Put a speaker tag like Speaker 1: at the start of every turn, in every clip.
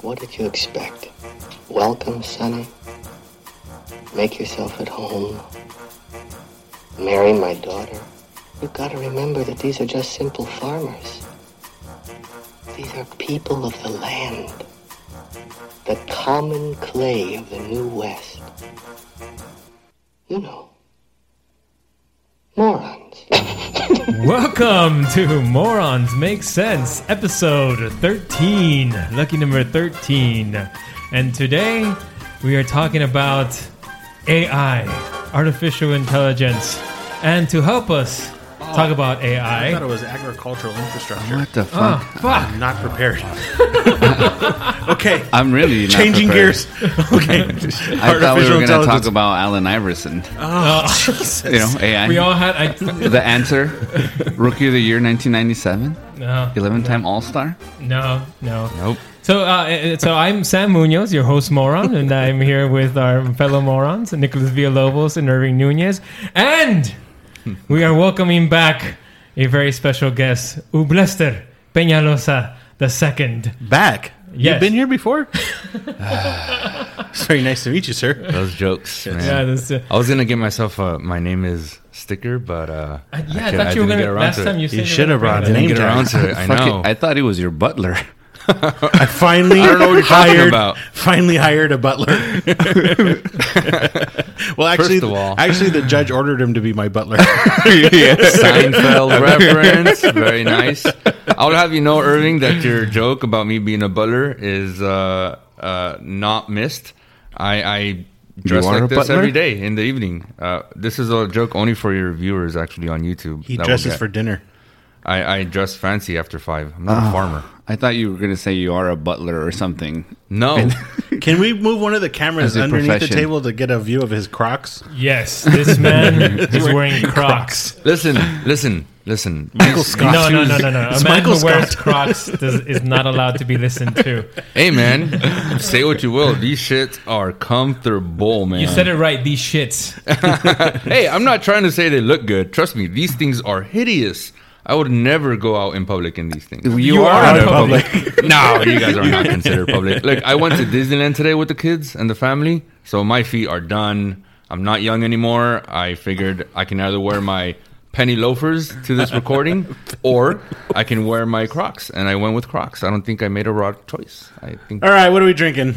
Speaker 1: What did you expect? Welcome, Sonny. Make yourself at home. Marry my daughter. You've got to remember that these are just simple farmers. These are people of the land. The common clay of the New West. You know. Morons.
Speaker 2: Welcome to Morons Make Sense, episode 13, lucky number 13. And today we are talking about AI, artificial intelligence. And to help us talk about
Speaker 3: Oh. I thought
Speaker 2: AI,
Speaker 3: it was agricultural infrastructure.
Speaker 4: What the
Speaker 2: Ah,
Speaker 4: fuck?
Speaker 2: fuck,
Speaker 3: I'm not prepared. okay.
Speaker 4: I'm really not
Speaker 3: Changing
Speaker 4: prepared.
Speaker 3: gears. Okay.
Speaker 4: I thought we
Speaker 3: Artificial
Speaker 4: were going to talk
Speaker 3: intelligence.
Speaker 4: about Allen Iverson. You know, AI.
Speaker 2: uh, we all had. I,
Speaker 4: the answer, rookie of the year, 1997,
Speaker 2: no,
Speaker 4: 11-time All-Star.
Speaker 2: no, no.
Speaker 4: Nope.
Speaker 2: So, uh, eh, so I'm Sam Munoz, your host moron, and I'm here with our fellow morons, Nicholas Villalobos and Irving Nunez, and we are welcoming back a very special guest, Ublester Peñalosa the second.
Speaker 3: Back.
Speaker 2: Yes.
Speaker 3: You've been here before? it's very nice to meet you, sir.
Speaker 5: Those jokes, man.
Speaker 2: Yeah, that's, uh,
Speaker 5: I was gonna get myself a my name is sticker, but uh,
Speaker 2: yeah. I,
Speaker 5: can't-
Speaker 2: thought you were
Speaker 5: didn't get
Speaker 2: gonna.
Speaker 5: around
Speaker 2: Last
Speaker 5: to it.
Speaker 2: time you said
Speaker 3: You
Speaker 2: were
Speaker 3: should
Speaker 2: gonna
Speaker 3: have
Speaker 2: bring
Speaker 3: brought
Speaker 2: it
Speaker 5: I
Speaker 3: name
Speaker 5: didn't get
Speaker 3: tag.
Speaker 5: around to it. I
Speaker 4: Fuck it,
Speaker 5: know.
Speaker 4: I thought he was your butler.
Speaker 3: I finally
Speaker 5: I don't know what you're talking
Speaker 3: hired,
Speaker 5: about.
Speaker 3: Finally hired a butler. well, actually,
Speaker 5: of all-
Speaker 3: actually, the judge ordered him to be my butler.
Speaker 5: Seinfeld reference, very nice. I would have you know, Irving, that your joke about me being a butler is uh, uh, not missed. I, I dress
Speaker 4: are a
Speaker 5: like this
Speaker 4: butler?
Speaker 5: every day in the evening. Uh, this is a joke only for your viewers, actually, on YouTube.
Speaker 3: He
Speaker 5: that we'll
Speaker 3: dresses
Speaker 5: get.
Speaker 3: for dinner.
Speaker 5: I, I dress fancy after five. I'm
Speaker 4: Ah.
Speaker 5: not a farmer.
Speaker 4: I thought you were going to say you are a butler or something.
Speaker 5: No,
Speaker 3: Can we move one of the cameras
Speaker 4: As a
Speaker 3: underneath the
Speaker 4: profession.
Speaker 3: table to get a view of his Crocs?
Speaker 2: Yes, this man is wearing Crocs.
Speaker 5: listen, listen, listen.
Speaker 3: Michael Scott.
Speaker 2: No, no, no, no, no. A
Speaker 3: It's
Speaker 2: man
Speaker 3: Michael
Speaker 2: who wears
Speaker 3: Scott.
Speaker 2: Crocs does, is not allowed to be listened to.
Speaker 5: Hey man, say what you will. These shits are comfortable, man.
Speaker 2: You said it right. These shits.
Speaker 5: Hey, I'm not trying to say they look good. Trust me, these things are hideous. I would never go out in public in these things.
Speaker 4: You, are,
Speaker 3: are
Speaker 4: a
Speaker 3: a
Speaker 4: butler.
Speaker 3: public.
Speaker 5: no, you guys are not considered public. Look, I went to Disneyland today with the kids and the family, so my feet are done. I'm not young anymore. I figured I can either wear my penny loafers to this recording or I can wear my Crocs, and I went with Crocs. I don't think I made a wrong choice. I think
Speaker 3: All right, what are we drinking?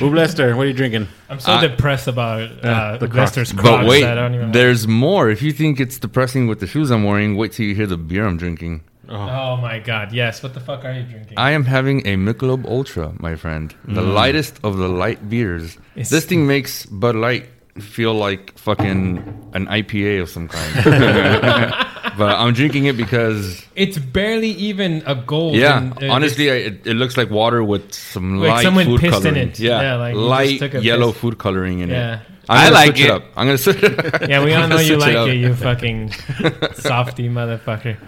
Speaker 3: Ublester, what are you drinking?
Speaker 2: I'm so depressed about uh,
Speaker 3: the
Speaker 2: Lester's Crocs.
Speaker 5: But wait,
Speaker 2: that I don't even
Speaker 5: there's more. If you think it's depressing with the shoes I'm wearing, wait till you hear the beer I'm drinking.
Speaker 2: Oh my god, yes. What the fuck are you drinking?
Speaker 5: I am having a Michelob Ultra, my friend, the lightest of the light
Speaker 2: Mm.
Speaker 5: beers.
Speaker 2: It's-
Speaker 5: this thing makes Bud Light feel like fucking an IPA of some kind. but I'm drinking it because,
Speaker 2: it's barely even a gold.
Speaker 5: yeah,
Speaker 2: and, uh,
Speaker 5: honestly, I, it, it looks like water with some
Speaker 2: Like
Speaker 5: light
Speaker 2: someone
Speaker 5: food
Speaker 2: pissed in
Speaker 5: coloring.
Speaker 2: it.
Speaker 5: Yeah,
Speaker 2: Yeah, like you just took
Speaker 5: light
Speaker 2: a
Speaker 5: yellow
Speaker 2: piss.
Speaker 5: food coloring in
Speaker 2: Yeah.
Speaker 5: it. I'm
Speaker 4: I
Speaker 5: gonna
Speaker 4: like
Speaker 5: switch
Speaker 4: it.
Speaker 5: up. I'm gonna switch.
Speaker 2: yeah, we all know you
Speaker 5: Switch it
Speaker 2: like
Speaker 5: up.
Speaker 2: it, you fucking softy motherfucker.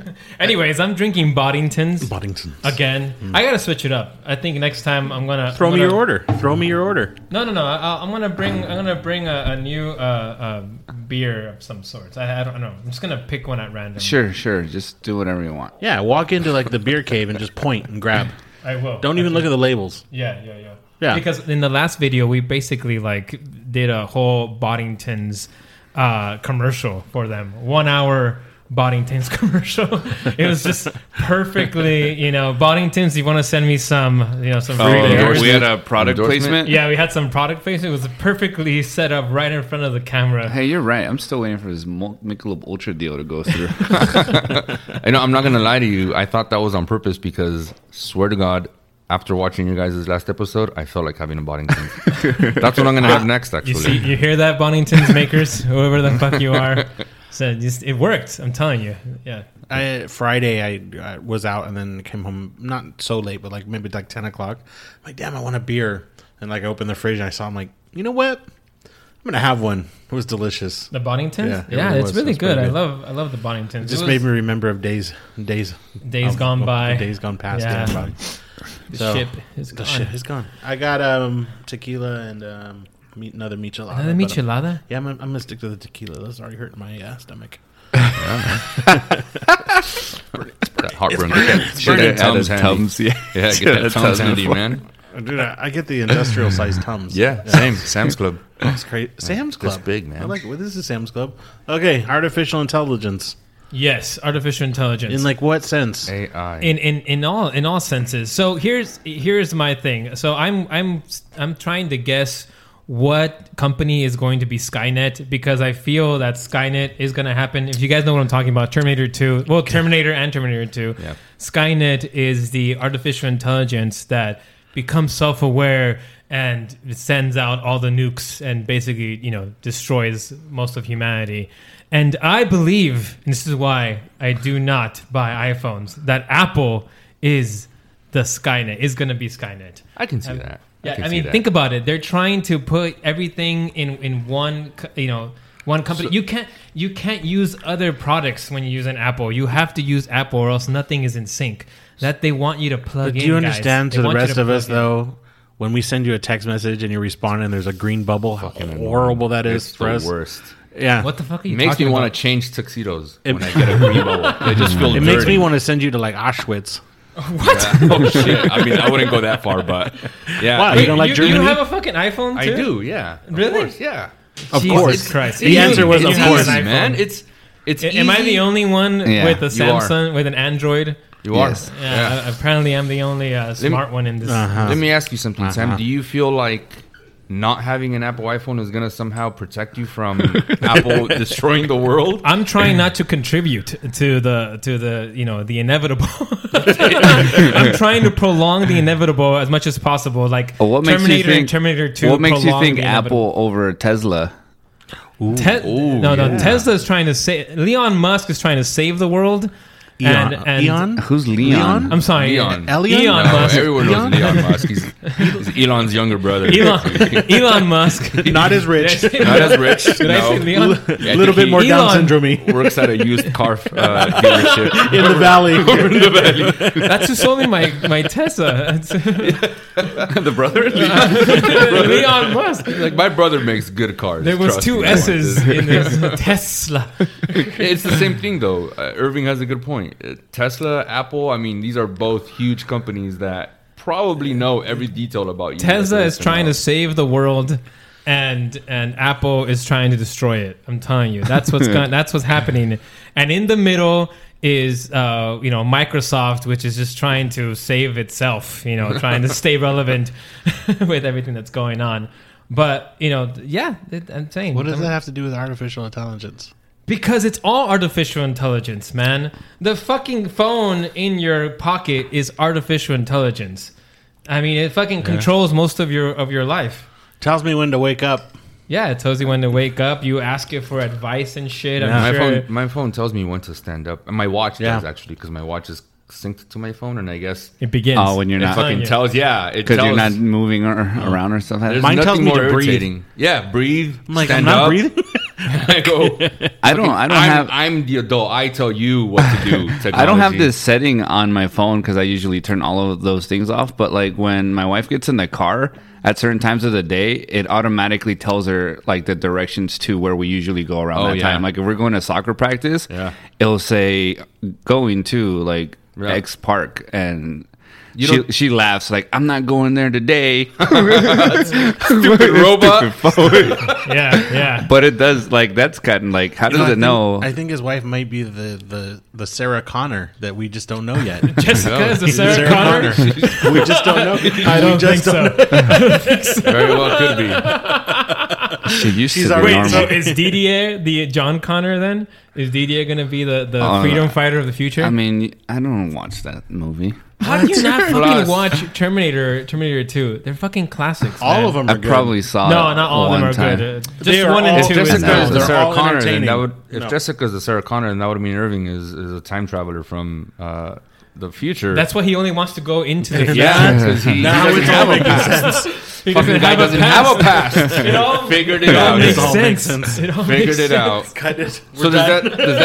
Speaker 2: Anyways, I'm drinking Boddingtons
Speaker 3: Boddington.
Speaker 2: again. I gotta switch it up. I think next time I'm gonna
Speaker 3: Hmm. Throw
Speaker 2: I'm
Speaker 3: me
Speaker 2: gonna-
Speaker 3: your order. Throw me your order.
Speaker 2: No, no, no. I, I'm gonna bring. I'm gonna bring a, a new uh, uh, beer of some sorts. I, I don't know. I'm just gonna pick one at random.
Speaker 4: Sure, sure. Just do whatever you want.
Speaker 3: Yeah, walk into like the beer cave and just point and grab.
Speaker 2: I will.
Speaker 3: Don't even look at the labels.
Speaker 2: Yeah, yeah, yeah.
Speaker 3: Yeah.
Speaker 2: Because in the last video, we basically like did a whole Boddington's uh, commercial for them. One hour Boddington's commercial. it was just perfectly, you know, Boddington's. You want to send me some, you know, some free
Speaker 5: yeah.
Speaker 2: beers?
Speaker 4: we had a product
Speaker 5: Endorsement?
Speaker 4: placement.
Speaker 2: Yeah, we had some product face. It was perfectly set up right in front of the camera.
Speaker 4: Hey, you're right. I'm still waiting for this Mul- Michelob Ultra deal to go through.
Speaker 5: I know I'm not gonna lie to you. I thought that was on purpose because swear to God, after watching your guys' last episode, I felt like having a Boddington. That's what I'm gonna have next. Actually,
Speaker 2: You see, you hear that, Boddington's makers, whoever the fuck you are. So just it worked. I'm telling you. Yeah.
Speaker 3: I, Friday, I, I was out and then came home not so late, but like maybe like ten o'clock. I'm like, damn, I want a beer. And like, I opened the fridge and I saw. I'm like, you know what? I'm gonna have one. It was delicious.
Speaker 2: The Boddingtons?
Speaker 3: Yeah,
Speaker 2: Yeah,
Speaker 3: it really
Speaker 2: it's
Speaker 3: was.
Speaker 2: really
Speaker 3: It's pretty
Speaker 2: good. I
Speaker 3: good.
Speaker 2: love I love the Boddingtons.
Speaker 3: It
Speaker 2: It
Speaker 3: just
Speaker 2: was
Speaker 3: made me remember of days, days,
Speaker 2: Days
Speaker 3: of-
Speaker 2: gone
Speaker 3: of-
Speaker 2: by.
Speaker 3: days gone past.
Speaker 2: Yeah.
Speaker 3: Gone by.
Speaker 2: the
Speaker 3: so-
Speaker 2: ship is
Speaker 3: The
Speaker 2: gone.
Speaker 3: shit is gone. I got um tequila and um meat, another michelada.
Speaker 2: Another
Speaker 3: but, uh,
Speaker 2: michelada?
Speaker 3: Yeah, I'm, I'm gonna stick to the tequila. That's already hurting my uh, stomach.
Speaker 5: that heartburn. Get that Tums handy.
Speaker 4: yeah.
Speaker 5: Yeah, get that Tums handy, man.
Speaker 3: Oh, Dude, I, I get the industrial sized tums.
Speaker 5: Yeah, same. Sam's Club.
Speaker 3: It's crazy. Sam's Club.
Speaker 5: That's big, man.
Speaker 3: I like well, this is Sam's Club. Okay, artificial intelligence.
Speaker 2: Yes, artificial intelligence.
Speaker 3: In like what sense?
Speaker 5: AI.
Speaker 2: in, in in all in all senses. So here's here's my thing. So I'm I'm I'm trying to guess what company is going to be Skynet because I feel that Skynet is going to happen. If you guys know what I'm talking about, Terminator 2, well Terminator and Terminator 2.
Speaker 5: Yeah.
Speaker 2: Skynet is the artificial intelligence that becomes self-aware and sends out all the nukes and basically, you know, destroys most of humanity. And I believe, and this is why I do not buy iPhones, that Apple is the Skynet, is going to be Skynet.
Speaker 5: I can see that.
Speaker 2: um, Yeah,
Speaker 5: can
Speaker 2: I
Speaker 5: see
Speaker 2: mean,
Speaker 5: that.
Speaker 2: think about it. They're trying to put everything in in one, co- you know, one company. you can't you can't use other products when you use an Apple. You have to use Apple, or else nothing is in sync. That they want you to plug
Speaker 3: But
Speaker 2: in.
Speaker 3: do you
Speaker 2: guys.
Speaker 3: understand
Speaker 2: They
Speaker 3: to the
Speaker 2: want you
Speaker 3: rest of
Speaker 2: plug
Speaker 3: us
Speaker 2: in.
Speaker 3: though? When we send you a text message and you respond and there's a green bubble, how horrible that is
Speaker 5: It's
Speaker 3: for
Speaker 5: the
Speaker 3: us.
Speaker 5: worst.
Speaker 3: Yeah,
Speaker 2: What the fuck are you
Speaker 5: It makes
Speaker 2: talking
Speaker 5: me want
Speaker 2: about?
Speaker 5: to change tuxedos
Speaker 3: It-
Speaker 5: when I get a green bubble. They just feel
Speaker 3: it
Speaker 5: dirty.
Speaker 3: makes me want to send you to like Auschwitz.
Speaker 5: oh shit! I mean, I wouldn't go that far, but yeah,
Speaker 3: Why?
Speaker 5: I
Speaker 3: You
Speaker 5: mean,
Speaker 3: don't like
Speaker 2: you,
Speaker 3: Germany?
Speaker 2: You have a fucking iPhone
Speaker 5: I
Speaker 2: too.
Speaker 5: do. Yeah, of
Speaker 2: Really?
Speaker 5: course, yeah.
Speaker 3: Of
Speaker 2: Jesus
Speaker 3: course.
Speaker 2: Christ.
Speaker 3: The answer was
Speaker 2: You
Speaker 3: of
Speaker 2: have
Speaker 3: course.
Speaker 2: an iPhone.
Speaker 5: man. It's it's.
Speaker 2: A- Am I
Speaker 5: easy.
Speaker 2: the only one
Speaker 4: Yeah,
Speaker 2: with a
Speaker 5: you are.
Speaker 2: Samsung with an Android?
Speaker 5: You are.
Speaker 4: Yes.
Speaker 2: Yeah,
Speaker 5: Yeah.
Speaker 2: a- apparently I'm the only uh,
Speaker 5: me-
Speaker 2: smart one in this.
Speaker 4: Uh-huh.
Speaker 5: Let me ask you something, Sam. Do you feel like not having an Apple iPhone is gonna somehow protect you from Apple destroying the world?
Speaker 2: I'm trying not to contribute to the to the you know the inevitable. I'm trying to prolong the inevitable as much as possible. Like
Speaker 4: Well, what makes
Speaker 2: Terminator
Speaker 4: you think
Speaker 2: and Terminator Two.
Speaker 4: What makes you
Speaker 2: prolong
Speaker 4: think
Speaker 2: the inevitable.
Speaker 4: Apple over Tesla?
Speaker 2: Te-
Speaker 5: Ooh,
Speaker 2: no, no.
Speaker 5: yeah.
Speaker 2: Tesla is trying to save. Elon Musk is trying to save the world.
Speaker 3: Eon.
Speaker 2: And, and
Speaker 3: Eon?
Speaker 4: Who's Leon?
Speaker 3: Leon?
Speaker 2: I'm sorry,
Speaker 5: Elon.
Speaker 2: Elon,
Speaker 3: Elon?
Speaker 5: No,
Speaker 2: Musk.
Speaker 5: everyone knows Elon Musk. He's, he's Elon. Elon's younger brother.
Speaker 2: Elon, Elon Musk.
Speaker 3: Not as rich.
Speaker 2: Did
Speaker 5: Not as rich.
Speaker 2: Did I say
Speaker 5: no.
Speaker 2: Leon?
Speaker 5: Yeah, I
Speaker 3: A little
Speaker 5: think
Speaker 3: bit
Speaker 5: he
Speaker 3: more Down
Speaker 2: Elon.
Speaker 3: syndrome
Speaker 5: Works at a used car uh, dealership.
Speaker 3: in the valley.
Speaker 2: That's who sold me my my Tesla.
Speaker 5: the brother.
Speaker 2: Leon Musk.
Speaker 5: Like my brother makes good cars.
Speaker 2: There was
Speaker 5: trust
Speaker 2: two
Speaker 5: me.
Speaker 2: S's in this Tesla.
Speaker 5: It's the same thing though. Uh, Irving has a good point. Uh, Tesla, Apple. I mean, these are both huge companies that probably know every detail about you.
Speaker 2: Tesla is trying to save the world, and and Apple is trying to destroy it. I'm telling you, that's what's going. That's what's happening. And in the middle is uh, you know Microsoft, which is just trying to save itself. You know, trying to stay relevant with everything that's going on. But you know, yeah, it, I'm saying
Speaker 3: What does that have to do with artificial intelligence?
Speaker 2: because it's all artificial intelligence, man. The fucking phone in your pocket is artificial intelligence. I mean, it fucking controls most of your of your life.
Speaker 3: Tells me when to wake up.
Speaker 2: Yeah, it tells you when to wake up. You ask it for advice and shit. I'm
Speaker 5: My
Speaker 2: sure.
Speaker 5: phone, my phone tells me when to stand up. And My watch
Speaker 3: Yeah.
Speaker 5: does actually because my watch is synced to my phone, and I guess
Speaker 2: It begins.
Speaker 4: Oh, when you're
Speaker 5: it
Speaker 4: not
Speaker 2: telling
Speaker 5: fucking
Speaker 2: you.
Speaker 5: tells. Yeah, it
Speaker 4: because
Speaker 5: tells.
Speaker 4: you're not moving or, around or stuff. like that?
Speaker 5: there's
Speaker 3: Mine tells
Speaker 5: nothing
Speaker 3: me
Speaker 5: more
Speaker 3: to breathe.
Speaker 5: irritating. Yeah, breathe.
Speaker 3: I'm like,
Speaker 5: stand
Speaker 3: I'm not
Speaker 5: up.
Speaker 3: breathing.
Speaker 5: I go.
Speaker 4: I don't. I don't
Speaker 5: I'm,
Speaker 4: have.
Speaker 5: I'm the adult. I tell you what to do. Technology.
Speaker 4: I don't have this setting on my phone because I usually turn all of those things off. But like when my wife gets in the car at certain times of the day, it automatically tells her like the directions to where we usually go around
Speaker 5: Oh,
Speaker 4: that
Speaker 5: yeah.
Speaker 4: time. Like if we're going to soccer practice,
Speaker 5: Yeah.
Speaker 4: it'll say going to like
Speaker 5: Yeah.
Speaker 4: X Park and. She,
Speaker 5: don't-
Speaker 4: she laughs like I'm not going there today.
Speaker 5: stupid robot.
Speaker 2: Yeah, yeah.
Speaker 4: but it does like that's kind of like how does
Speaker 3: No, I
Speaker 4: it
Speaker 3: think-
Speaker 4: know?
Speaker 3: I think his wife might be the, the, the Sarah Connor that we just don't know yet.
Speaker 2: Jessica is a Sarah,
Speaker 3: Sarah
Speaker 2: Connor.
Speaker 3: Connor. we just don't know.
Speaker 2: I don't think
Speaker 3: just
Speaker 2: so.
Speaker 5: Very well could be.
Speaker 4: she used
Speaker 3: she's
Speaker 4: to be
Speaker 3: already-
Speaker 2: Wait,
Speaker 4: normal.
Speaker 2: so is Didier the John Connor then? Is Didier going to be the, the
Speaker 4: Uh,
Speaker 2: freedom fighter of the future?
Speaker 4: I mean, I don't watch that movie.
Speaker 2: How do you not fucking
Speaker 5: Plus-
Speaker 2: watch Terminator, Terminator 2 They're fucking classics.
Speaker 3: All
Speaker 2: man.
Speaker 3: of them are
Speaker 4: I
Speaker 3: good.
Speaker 4: probably saw.
Speaker 5: Uh,
Speaker 2: No,
Speaker 4: it
Speaker 2: not all of them
Speaker 4: one
Speaker 2: are
Speaker 4: time.
Speaker 2: good. Uh,
Speaker 3: They
Speaker 2: Just
Speaker 3: are
Speaker 2: one and
Speaker 3: all-
Speaker 2: two.
Speaker 5: If
Speaker 2: is
Speaker 5: Jessica
Speaker 2: not-
Speaker 5: is
Speaker 4: They're
Speaker 5: the Sarah
Speaker 3: all
Speaker 5: Connor, then
Speaker 3: entertaining.
Speaker 5: that would if
Speaker 3: No.
Speaker 5: Jessica is the Sarah Connor, then that would mean Irving is, is a time traveler from uh, the future.
Speaker 2: That's why he only wants to go into the
Speaker 5: yeah, because he, he
Speaker 3: Now
Speaker 5: doesn't
Speaker 3: it's all
Speaker 5: have a
Speaker 3: making
Speaker 5: past.
Speaker 2: He
Speaker 5: Fucking guy doesn't have a past.
Speaker 2: It all
Speaker 5: Figured
Speaker 2: it
Speaker 5: it
Speaker 2: all
Speaker 5: out.
Speaker 2: makes
Speaker 3: It all
Speaker 2: sense.
Speaker 3: makes sense.
Speaker 2: It all makes
Speaker 5: Figured it
Speaker 2: sense.
Speaker 5: out.
Speaker 3: Cut it. We're
Speaker 5: So does
Speaker 3: done.
Speaker 5: that, does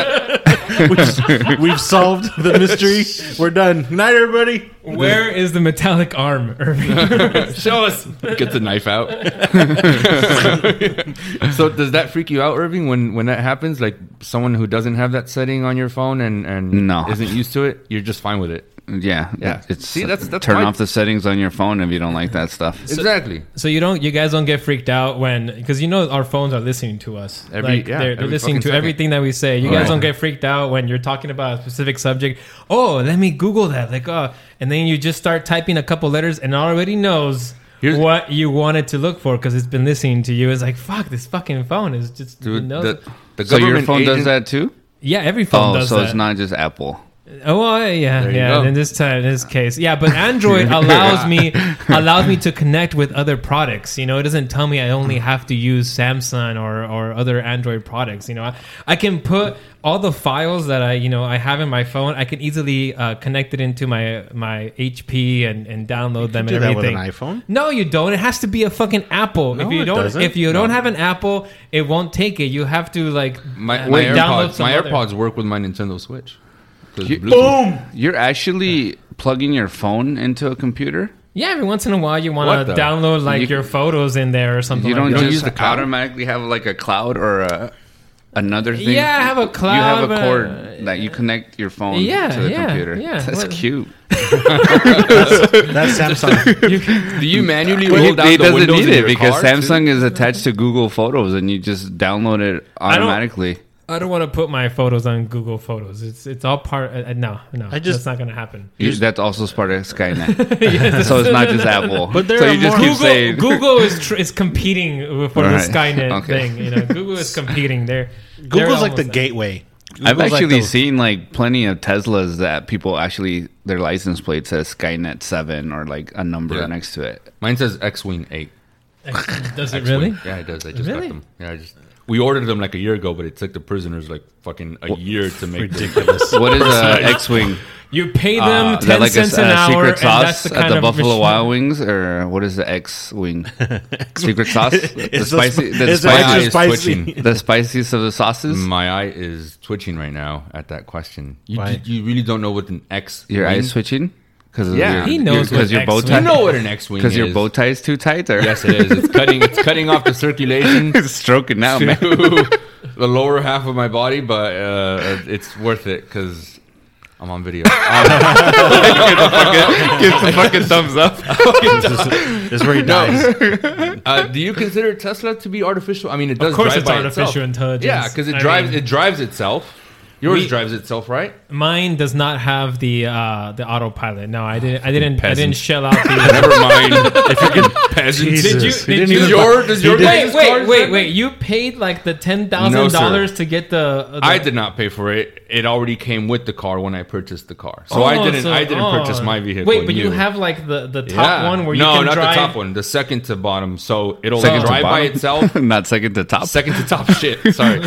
Speaker 5: that
Speaker 3: We've- We've solved the mystery. We're done. Night, everybody.
Speaker 2: Where is the metallic arm, Irving? Show us.
Speaker 5: get the knife out? so does that freak you out, Irving, when when that happens? Like someone who doesn't have that setting on your phone and and
Speaker 4: No.
Speaker 5: isn't used to it, you're just fine with it.
Speaker 4: Yeah,
Speaker 5: Yeah.
Speaker 4: It's
Speaker 5: See, that's- that's
Speaker 4: turn
Speaker 5: why-
Speaker 4: off the settings on your phone if you don't like that stuff.
Speaker 5: exactly.
Speaker 2: So you don't, you guys don't get freaked out when, because you know our phones are listening to us.
Speaker 5: Every-
Speaker 2: like
Speaker 5: yeah,
Speaker 2: they're, they're
Speaker 5: every
Speaker 2: listening
Speaker 5: fucking
Speaker 2: to
Speaker 5: second.
Speaker 2: everything that we say. You guys
Speaker 5: Right.
Speaker 2: don't get freaked out when you're talking about a specific subject. Oh, let me Google that. Like, uh, and then you just start typing a couple letters and it already knows.
Speaker 5: Here's-
Speaker 2: what you wanted to look for because it's been listening to you. It's like fuck, this fucking phone is just. it
Speaker 5: Dude,
Speaker 2: knows-
Speaker 5: the, the
Speaker 4: So your
Speaker 5: government
Speaker 4: phone does
Speaker 5: agent-
Speaker 4: that too?
Speaker 2: yeah, every phone
Speaker 4: Oh,
Speaker 2: does
Speaker 4: so
Speaker 2: that.
Speaker 4: it's not just Apple.
Speaker 2: Oh well, yeah,
Speaker 5: There you
Speaker 2: yeah.
Speaker 5: go.
Speaker 2: In this time, in this case, yeah. But Android allows me allows me to connect with other products. You know, it doesn't tell me I
Speaker 3: Mm.
Speaker 2: only have to use Samsung or or other Android products. You know, I, I can put all the files that I you know I have in my phone. I can easily uh, connect it into my my HP and and download them
Speaker 3: do
Speaker 2: and
Speaker 3: that with
Speaker 2: everything.
Speaker 3: an iPhone?
Speaker 2: No, you don't. It has to be a fucking Apple.
Speaker 3: No,
Speaker 2: if you
Speaker 3: it
Speaker 2: don't,
Speaker 3: doesn't.
Speaker 2: if you don't have an Apple, it won't take it. You have to like
Speaker 5: My,
Speaker 2: uh,
Speaker 5: my
Speaker 2: download
Speaker 5: AirPods,
Speaker 2: some
Speaker 5: my
Speaker 2: other-
Speaker 5: AirPods work with my Nintendo Switch. 'Cause
Speaker 4: You-
Speaker 5: Bluetooth.
Speaker 4: You're actually plugging your phone into a computer.
Speaker 2: Yeah, every once in a while you
Speaker 5: What
Speaker 2: want to
Speaker 5: the-
Speaker 2: download like
Speaker 4: You-
Speaker 2: your photos in there or something.
Speaker 4: You
Speaker 2: like
Speaker 4: don't,
Speaker 2: that.
Speaker 4: just
Speaker 5: use the cloud?
Speaker 4: automatically have like a cloud or a another thing.
Speaker 2: Yeah, I have a
Speaker 4: You have
Speaker 2: cloud,
Speaker 4: a
Speaker 2: but-
Speaker 4: cord that you connect your phone
Speaker 2: Yeah,
Speaker 4: to the
Speaker 2: yeah,
Speaker 4: computer.
Speaker 2: yeah.
Speaker 4: That's
Speaker 2: What-
Speaker 4: cute.
Speaker 3: That's Samsung.
Speaker 5: Do you manually
Speaker 4: Well,
Speaker 5: roll
Speaker 4: he,
Speaker 5: down
Speaker 4: he
Speaker 5: the
Speaker 4: doesn't
Speaker 5: windows
Speaker 4: need
Speaker 5: in
Speaker 4: it
Speaker 5: your car,
Speaker 4: because
Speaker 5: too?
Speaker 4: Samsung is attached to Google Photos, and you just download it
Speaker 2: don't-
Speaker 4: automatically.
Speaker 2: I don't want to put my photos on Google Photos. It's it's all part. Uh, uh, no, no,
Speaker 3: I just-
Speaker 2: that's not gonna happen.
Speaker 4: You- that's also part of Skynet, so it's not just Apple.
Speaker 3: But there
Speaker 4: so
Speaker 3: are
Speaker 4: you just
Speaker 3: more-
Speaker 4: keep
Speaker 2: Google
Speaker 4: saying
Speaker 2: Google is tr- is competing for
Speaker 4: Right.
Speaker 2: the Skynet
Speaker 4: Okay.
Speaker 2: thing. You know, Google is competing there.
Speaker 3: Google's like the gateway.
Speaker 4: I've
Speaker 3: Google's like
Speaker 4: actually
Speaker 3: the-
Speaker 4: seen like plenty of Teslas that people actually their license plate says Skynet Seven or like a number
Speaker 5: Yeah.
Speaker 4: next to it.
Speaker 5: Mine says X Wing 8.
Speaker 2: Does it really?
Speaker 5: Yeah, it does. I just
Speaker 2: Really?
Speaker 5: got them. Yeah, I just. We ordered them like a year ago, but it took the prisoners like fucking a year to make them.
Speaker 4: What is a X-wing?
Speaker 2: You pay them
Speaker 4: Uh, is
Speaker 2: ten
Speaker 4: that like a,
Speaker 2: cents
Speaker 4: s-
Speaker 2: an
Speaker 4: a
Speaker 2: hour,
Speaker 4: secret
Speaker 2: and that's
Speaker 4: sauce
Speaker 2: the
Speaker 4: at
Speaker 2: kind
Speaker 4: the
Speaker 2: of
Speaker 4: Buffalo
Speaker 2: machine-
Speaker 4: Wild Wings, or what is the X-wing? secret sauce, the
Speaker 3: It's
Speaker 4: spicy, the,
Speaker 3: it's
Speaker 5: spicy-
Speaker 4: spicy,
Speaker 5: is
Speaker 3: spicy.
Speaker 5: twitching.
Speaker 4: the spiciest of the sauces.
Speaker 5: My eye is twitching right now at that question. You,
Speaker 3: Why?
Speaker 5: you really don't know what an X.
Speaker 4: Your eyes switching because
Speaker 5: Mm. Yeah.
Speaker 4: your,
Speaker 5: He
Speaker 2: knows
Speaker 4: because
Speaker 2: what
Speaker 4: your bow
Speaker 2: X-wing
Speaker 4: tie.
Speaker 5: You know what an X wing is?
Speaker 4: Because your bow tie is too tight, or
Speaker 5: Yes, it is. It's cutting. It's cutting off the circulation.
Speaker 4: it's stroking now, man.
Speaker 5: to the lower half of my body, but uh, it's worth it because I'm on video. Um,
Speaker 4: Give the fucking thumbs up.
Speaker 3: This is where he dies.
Speaker 5: uh, do you consider Tesla to be artificial? I mean, it does.
Speaker 2: Of course
Speaker 5: drive
Speaker 2: it's
Speaker 5: by
Speaker 2: artificial
Speaker 5: itself.
Speaker 2: intelligence.
Speaker 5: Yeah, because it
Speaker 2: I
Speaker 5: drives.
Speaker 2: mean-
Speaker 5: it drives itself. Yours
Speaker 2: We-
Speaker 5: drives itself, right?
Speaker 2: Mine does not have the uh, the autopilot. No, I didn't. I didn't. I
Speaker 5: peasant.
Speaker 2: didn't shell out the.
Speaker 5: mind. if you can peasant.
Speaker 2: Did you-
Speaker 3: Jesus. He
Speaker 2: did
Speaker 3: didn't
Speaker 2: you-
Speaker 3: even-
Speaker 5: Your, does your
Speaker 2: Wait,
Speaker 5: business
Speaker 2: wait,
Speaker 5: card
Speaker 2: wait,
Speaker 5: drive
Speaker 2: wait!
Speaker 5: it?
Speaker 2: You paid like the ten thousand dollars to get the. uh, the
Speaker 5: I did not pay for it. It already came with the car when I purchased the car, so I
Speaker 2: Oh,
Speaker 5: didn't.
Speaker 2: so-
Speaker 5: I didn't
Speaker 2: oh.
Speaker 5: purchase my vehicle.
Speaker 2: Wait, but you have like the the top
Speaker 5: Yeah.
Speaker 2: one where you
Speaker 5: no,
Speaker 2: can
Speaker 5: not
Speaker 2: drive.
Speaker 5: the top one, the second to bottom. So it'll
Speaker 4: Second to
Speaker 5: drive by
Speaker 4: bottom?
Speaker 5: itself.
Speaker 4: Not second to top.
Speaker 5: Second to top shit. Sorry.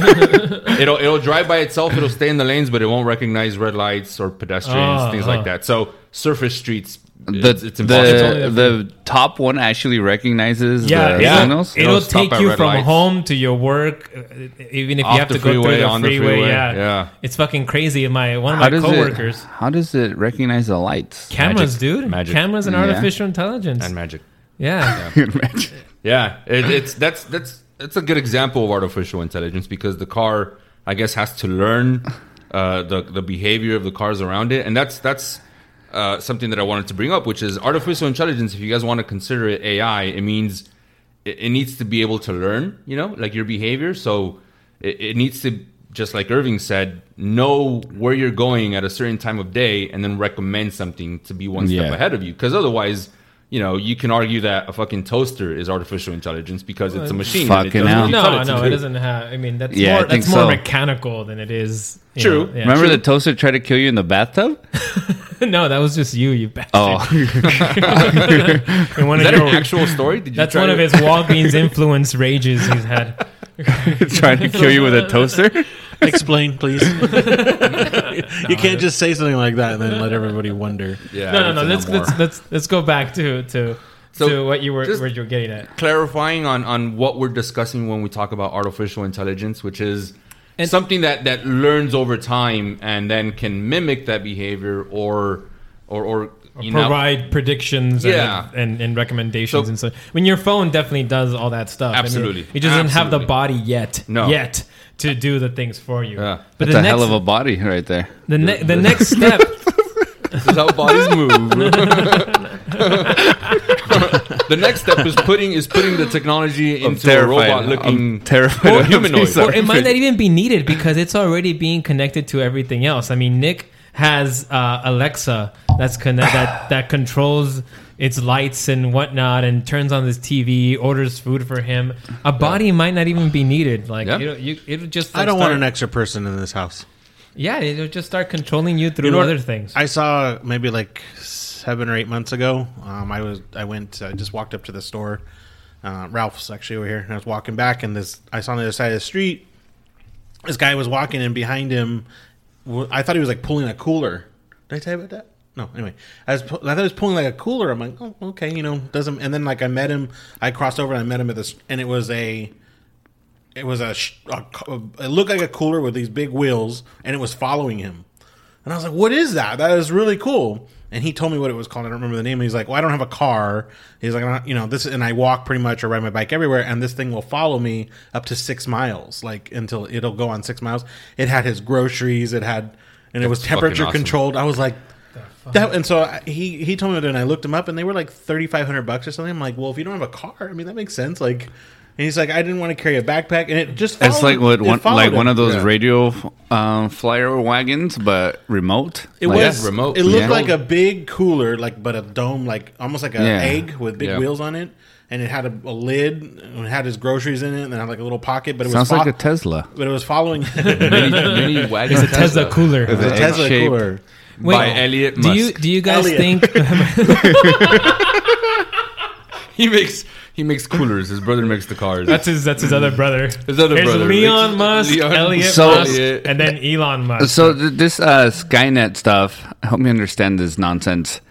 Speaker 5: it'll it'll drive by itself. It'll stay in the lanes, but it won't recognize red lights or pedestrians,
Speaker 2: Oh,
Speaker 5: things
Speaker 2: oh.
Speaker 5: like that. So surface streets
Speaker 4: the
Speaker 5: it's, it's impossible.
Speaker 4: the, the top one actually recognizes
Speaker 2: Yeah,
Speaker 4: the
Speaker 2: it'll,
Speaker 4: signals.
Speaker 2: it'll
Speaker 5: It'll stop
Speaker 2: take
Speaker 5: at
Speaker 2: you
Speaker 5: red
Speaker 2: from
Speaker 5: lights.
Speaker 2: home to your work, uh, even if
Speaker 5: Off
Speaker 2: you have
Speaker 5: the
Speaker 2: to go
Speaker 5: freeway,
Speaker 2: through the
Speaker 5: on the
Speaker 2: freeway.
Speaker 5: freeway,
Speaker 2: yeah.
Speaker 5: yeah.
Speaker 2: it's fucking crazy. My one of
Speaker 4: How
Speaker 2: my
Speaker 4: does
Speaker 2: coworkers,
Speaker 4: it? How does it recognize the lights?
Speaker 2: cameras,
Speaker 5: Magic.
Speaker 2: dude,
Speaker 5: Magic.
Speaker 2: cameras and
Speaker 4: Yeah.
Speaker 2: artificial intelligence.
Speaker 5: and magic.
Speaker 2: yeah.
Speaker 5: Yeah, it, it's that's that's that's a good example of artificial intelligence because the car, I guess, has to learn uh, the the behavior of the cars around it, and that's that's uh, something that I wanted to bring up, which is artificial intelligence. If you guys want to consider it AI, it means it, it needs to be able to learn, you know, like your behavior. So it, it needs to just like Irving said, know where you're going at a certain time of day, and then recommend something to be one step
Speaker 4: Yeah.
Speaker 5: ahead of you. Because otherwise, you know, you can argue that a fucking toaster is artificial intelligence because it's a machine. and it
Speaker 4: Fucking
Speaker 5: does what
Speaker 4: hell.
Speaker 5: you tell
Speaker 2: No,
Speaker 5: it to
Speaker 2: no, it
Speaker 5: do.
Speaker 2: doesn't have. I mean, that's
Speaker 4: Yeah, I
Speaker 2: more that's
Speaker 4: think
Speaker 2: more
Speaker 4: so.
Speaker 2: mechanical than it is. you
Speaker 5: True.
Speaker 2: know, yeah.
Speaker 4: Remember the toaster tried to kill you in the bathtub?
Speaker 2: no, that was just you, you bastard.
Speaker 4: Oh,
Speaker 2: And one
Speaker 5: Is
Speaker 2: of
Speaker 5: that an
Speaker 2: your-
Speaker 5: actual story? Did you
Speaker 2: that's
Speaker 5: try
Speaker 2: one
Speaker 5: to-
Speaker 2: of his Walgreens influence rages he's had.
Speaker 4: trying to kill you with a toaster?
Speaker 3: Explain, please. you can't just say something like that and then let everybody wonder.
Speaker 5: Yeah,
Speaker 2: No, no, no.
Speaker 5: it's
Speaker 2: Let's
Speaker 5: more.
Speaker 2: let's let's let's go back to to
Speaker 5: So,
Speaker 2: to what you were
Speaker 5: just-
Speaker 2: where you were getting at.
Speaker 5: clarifying on on what we're discussing when we talk about artificial intelligence, which is
Speaker 2: And-
Speaker 5: something that that learns over time and then can mimic that behavior or or or you know
Speaker 2: Provide predictions
Speaker 5: Yeah.
Speaker 2: and, and, and recommendations
Speaker 5: So-
Speaker 2: and so. I mean, your phone definitely does all that stuff. I mean,
Speaker 5: Absolutely.
Speaker 2: it just doesn't have the
Speaker 5: Absolutely.
Speaker 2: body yet.
Speaker 5: No.
Speaker 2: yet to do the things for you.
Speaker 5: Yeah.
Speaker 2: But
Speaker 4: That's
Speaker 2: the
Speaker 4: a
Speaker 2: next,
Speaker 4: hell of a body right there.
Speaker 2: the, ne- the next step.
Speaker 5: this is how bodies move. the next step is putting is putting the technology
Speaker 4: I'm
Speaker 5: into a
Speaker 4: terrified.
Speaker 5: robot looking Oh,
Speaker 4: I'm terrified.
Speaker 5: Or
Speaker 4: of
Speaker 5: humanoid.
Speaker 4: these
Speaker 2: Well, it might not
Speaker 4: artificial-
Speaker 2: even be needed because it's already being connected to everything else. I mean, Nick has uh, Alexa that's connect that that controls its lights and whatnot, and turns on his TV, orders food for him. A body might not even be needed. Like
Speaker 5: Yeah.
Speaker 2: it'll, you, it'll just.
Speaker 3: I
Speaker 2: like,
Speaker 3: don't
Speaker 2: start,
Speaker 3: want an extra person in this house.
Speaker 2: Yeah, it'll just start controlling you through
Speaker 3: You know what?
Speaker 2: other things.
Speaker 3: I saw maybe like seven or eight months ago. Um, I was I went I just walked up to the store. Uh, Ralph's actually over here. And I was walking back, and this I saw on the other side of the street. This guy was walking, and behind him, w- I thought he was like pulling a cooler. Did I tell you about that? No. Anyway, I was pu- I thought he was pulling like a cooler. I'm like, oh, okay, you know, doesn't. And then like I met him. I crossed over and I met him at this, and it was a it was a, sh- a co- it looked like a cooler with these big wheels and it was following him and i was like what is that that is really cool and he told me what it was called i don't remember the name he's like well i don't have a car he's like I don't- you know this and i walk pretty much or ride my bike everywhere and this thing will follow me up to six miles like until it'll go on six miles it had his groceries it had and it was
Speaker 5: fucking
Speaker 3: temperature
Speaker 5: awesome.
Speaker 3: controlled i was like that, and so I, he he told me what to do, and I looked him up, and they were like thirty five hundred bucks or something. I'm like, well, if you don't have a car, I mean, that makes sense. Like, and he's like, I didn't want to carry a backpack, and it just
Speaker 4: It's like what
Speaker 3: it
Speaker 4: one,
Speaker 3: followed
Speaker 4: like
Speaker 3: him.
Speaker 4: one of those
Speaker 3: Yeah.
Speaker 4: radio um, flyer wagons, but remote.
Speaker 3: It
Speaker 4: Like-
Speaker 3: was
Speaker 5: Yeah, remote.
Speaker 3: It looked
Speaker 4: Yeah.
Speaker 3: like a big cooler, like but a dome, like almost like an
Speaker 4: Yeah.
Speaker 3: egg with big
Speaker 5: Yeah.
Speaker 3: wheels on it, and it had a, a lid, and it had his groceries in it, and it had like a little pocket, but it
Speaker 4: Sounds
Speaker 3: was fo-
Speaker 4: like a Tesla.
Speaker 3: but it was following
Speaker 5: mini, mini wagon.
Speaker 2: it's a Tesla, cooler.
Speaker 3: the Tesla
Speaker 4: egg-shaped-
Speaker 3: cooler.
Speaker 5: by Elliot
Speaker 2: do
Speaker 5: Musk.
Speaker 2: you do you guys
Speaker 3: Elliot.
Speaker 2: think?
Speaker 5: He makes he makes coolers. His brother makes the cars.
Speaker 2: That's his. That's his other brother.
Speaker 5: His other
Speaker 2: There's
Speaker 5: brother.
Speaker 2: Leon
Speaker 5: It's-
Speaker 2: Musk,
Speaker 5: Leon-
Speaker 2: Elliot
Speaker 4: So-
Speaker 2: Musk,
Speaker 5: Elliot.
Speaker 2: and then Elon Musk.
Speaker 4: So th- this uh, Skynet stuff. Help me understand this nonsense.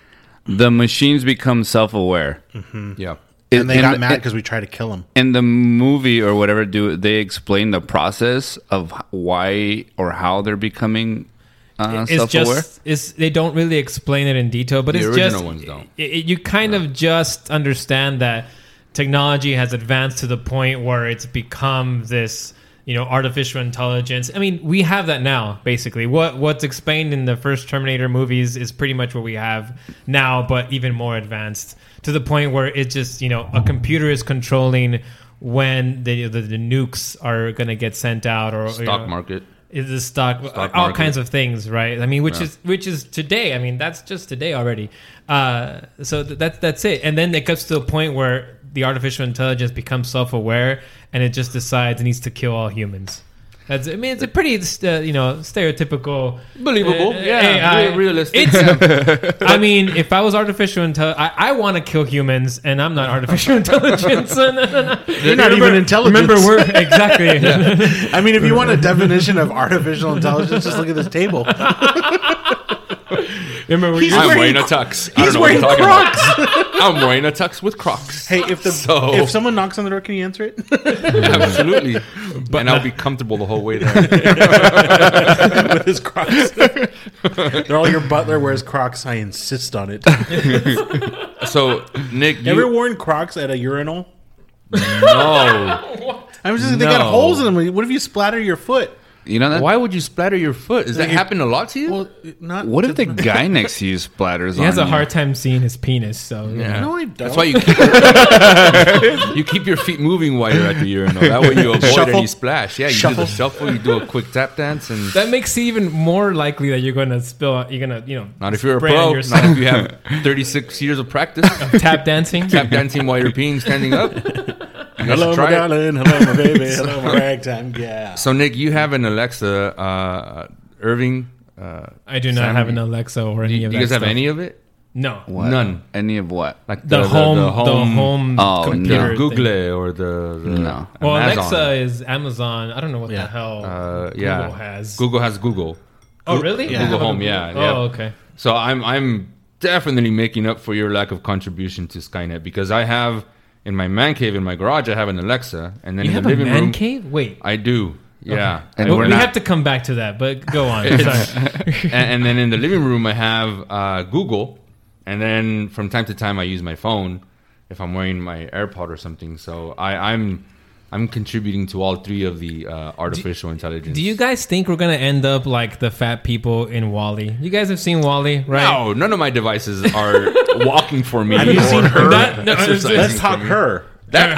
Speaker 4: The machines become self-aware.
Speaker 5: yeah.
Speaker 3: Mm-hmm. and they
Speaker 4: in,
Speaker 3: got
Speaker 4: in-
Speaker 3: mad because we tried to kill him.
Speaker 4: in the movie or whatever. Do they explain the process of h- why or how they're becoming uh,
Speaker 2: it's
Speaker 4: self-aware?
Speaker 2: just it's, they don't really explain it in detail, but
Speaker 5: The
Speaker 2: it's
Speaker 5: original
Speaker 2: just
Speaker 5: ones don't.
Speaker 2: i- i- you kind of just understand that technology has advanced to the point where it's become this you know artificial intelligence. I mean, we have that now basically. What what's explained in the first Terminator movies is pretty much what we have now, but even more advanced to the point where it's just you know a computer is controlling when the the, the nukes are going to get sent out or you
Speaker 5: Stock
Speaker 2: know,
Speaker 5: market.
Speaker 2: is the stock,
Speaker 5: Stock
Speaker 2: all
Speaker 5: market.
Speaker 2: kinds of things, right? I mean, which is which is today. I mean, that's just today already. Uh, so th- that that's it. And then it comes to a point where the artificial intelligence becomes self-aware and it just decides it needs to kill all humans. That's, I mean, it's a pretty uh, you know stereotypical,
Speaker 5: Believable.
Speaker 2: uh,
Speaker 5: Yeah,
Speaker 2: AI.
Speaker 5: real- realistic.
Speaker 2: It's, I mean, if I was artificial intelligence, I, I want to kill humans, and I'm not artificial intelligence. No, no, no.
Speaker 3: You're not even intelligent.
Speaker 2: Remember, we're exactly.
Speaker 3: I mean, if you want a definition of artificial intelligence, just look at this table.
Speaker 2: Remember, we
Speaker 5: I'm
Speaker 2: were-
Speaker 5: wearing a tux. I
Speaker 3: he's
Speaker 5: don't know what
Speaker 3: wearing
Speaker 5: you're talking about. I'm wearing a tux with Crocs.
Speaker 3: Hey, if the
Speaker 5: So-
Speaker 3: if someone knocks on the door, can you answer it?
Speaker 5: Absolutely. and I'll be comfortable the whole way there.
Speaker 3: With his Crocs, they're all your butler wears Crocs. I insist on it.
Speaker 5: So, Nick, you,
Speaker 3: Ever worn Crocs at a urinal?
Speaker 5: no.
Speaker 3: I was just they got
Speaker 5: No.
Speaker 3: holes in them. What if you splatter your foot?
Speaker 4: You know that?
Speaker 5: Why would you splatter your foot? Does that happen a lot to you?
Speaker 3: Well, not
Speaker 4: What if the guy next to you splatters
Speaker 2: He has
Speaker 4: on
Speaker 2: a
Speaker 4: you?
Speaker 2: hard time seeing his penis, so
Speaker 5: Yeah.
Speaker 3: No, I don't.
Speaker 5: That's why you keep you keep your feet moving while you're at the urinal. That way you avoid any
Speaker 3: Shuffle.
Speaker 5: splash. Yeah, you do
Speaker 3: Shuffle.
Speaker 5: the shuffle. You do a quick tap dance, and
Speaker 2: that makes it even more likely that you're going to spill. You're going to, you know,
Speaker 5: not if you're a
Speaker 2: spray on
Speaker 5: pro,
Speaker 2: yourself.
Speaker 5: not if you have 36 years of practice
Speaker 2: tap dancing.
Speaker 5: tap dancing while you're peeing standing up. You
Speaker 3: Hello,
Speaker 5: should
Speaker 3: my
Speaker 5: try it.
Speaker 3: darling. Hello, my baby. Hello, my ragtime gal.
Speaker 5: So Nick, you have an Alexa, uh, Irving. Uh,
Speaker 2: I do not
Speaker 5: Sam,
Speaker 2: have an Alexa or
Speaker 5: do
Speaker 2: any
Speaker 5: you
Speaker 2: of
Speaker 5: do
Speaker 2: that.
Speaker 5: you guys have
Speaker 2: stuff.
Speaker 5: any of it?
Speaker 2: No.
Speaker 4: What?
Speaker 5: None.
Speaker 4: Any of what?
Speaker 5: Like
Speaker 2: The, home, the home,
Speaker 4: Oh, no.
Speaker 5: the
Speaker 2: computer. thing.
Speaker 5: Google or the, the
Speaker 4: No.
Speaker 2: Well,
Speaker 5: Amazon.
Speaker 2: Alexa is Amazon. I don't know what the
Speaker 3: Yeah.
Speaker 2: hell
Speaker 5: Uh,
Speaker 2: Google
Speaker 5: yeah,
Speaker 2: has.
Speaker 5: Google has Google.
Speaker 2: Oh, really?
Speaker 5: Yeah. Google Home, yeah,
Speaker 2: Oh,
Speaker 5: yeah.
Speaker 2: okay.
Speaker 5: So I'm I'm definitely making up for your lack of contribution to Skynet because I have in my man cave in my garage I have an Alexa and then
Speaker 2: You
Speaker 5: in
Speaker 2: have
Speaker 5: the
Speaker 2: a
Speaker 5: living
Speaker 2: man
Speaker 5: room
Speaker 2: cave? Wait.
Speaker 5: I do. Yeah.
Speaker 4: And
Speaker 5: I-
Speaker 2: we
Speaker 4: we're
Speaker 2: we
Speaker 4: not-
Speaker 2: have to come back to that, but go on. Sorry.
Speaker 5: and, and then in the living room I have uh, Google and then from time to time I use my phone if I'm wearing my AirPod or something. So I, I'm I'm contributing to all three of the uh, artificial intelligence.
Speaker 2: Do you guys think we're gonna end up like the fat people in Wally? You guys have seen Wally, right?
Speaker 5: No, none of my devices are walking for me.
Speaker 3: Have you
Speaker 5: or
Speaker 3: seen her? That-
Speaker 2: no,
Speaker 5: exercising
Speaker 2: let's
Speaker 5: for
Speaker 3: talk
Speaker 5: me.
Speaker 3: her.
Speaker 5: That,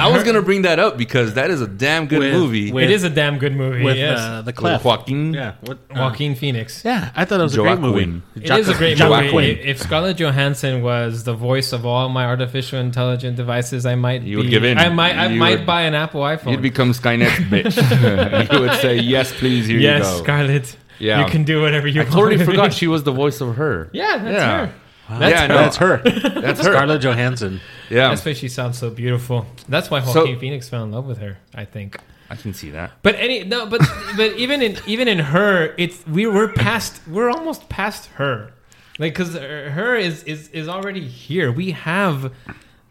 Speaker 5: I was gonna bring that up because that is a damn good
Speaker 3: With-
Speaker 5: movie.
Speaker 3: with-
Speaker 2: it is a damn good movie.
Speaker 3: With
Speaker 2: yes. Uh,
Speaker 3: uh, the
Speaker 5: With
Speaker 3: clef.
Speaker 5: Joaquin.
Speaker 3: Yeah. What,
Speaker 2: Joaquin Phoenix.
Speaker 3: Yeah, I thought it was
Speaker 5: Joaquin.
Speaker 3: a great movie.
Speaker 2: It is a great
Speaker 5: Joaquin.
Speaker 2: movie. If Scarlett Johansson was the voice of all my artificial intelligent devices, I might
Speaker 5: You would
Speaker 2: be-
Speaker 5: give in.
Speaker 2: I might I
Speaker 5: You
Speaker 2: might
Speaker 5: would-
Speaker 2: buy an Apple iPhone.
Speaker 5: You'd become Skynet's bitch. you would say yes, please. Here
Speaker 2: yes,
Speaker 5: you go.
Speaker 2: Scarlett.
Speaker 5: Yeah.
Speaker 2: You can do whatever you
Speaker 5: I
Speaker 2: want.
Speaker 5: totally forgot she was the voice of her.
Speaker 2: Yeah, that's
Speaker 5: Yeah.
Speaker 2: her.
Speaker 5: yeah, no,
Speaker 3: That's her.
Speaker 5: That's her.
Speaker 3: Scarlett Johansson.
Speaker 5: Yeah,
Speaker 2: That's why she sounds so beautiful. That's why
Speaker 5: So-
Speaker 2: Joaquin Phoenix fell in love with her, I think.
Speaker 5: I can see that.
Speaker 2: But any no, but but even in even in her, it's we we're past we're almost past her, like because her is is is already here. We have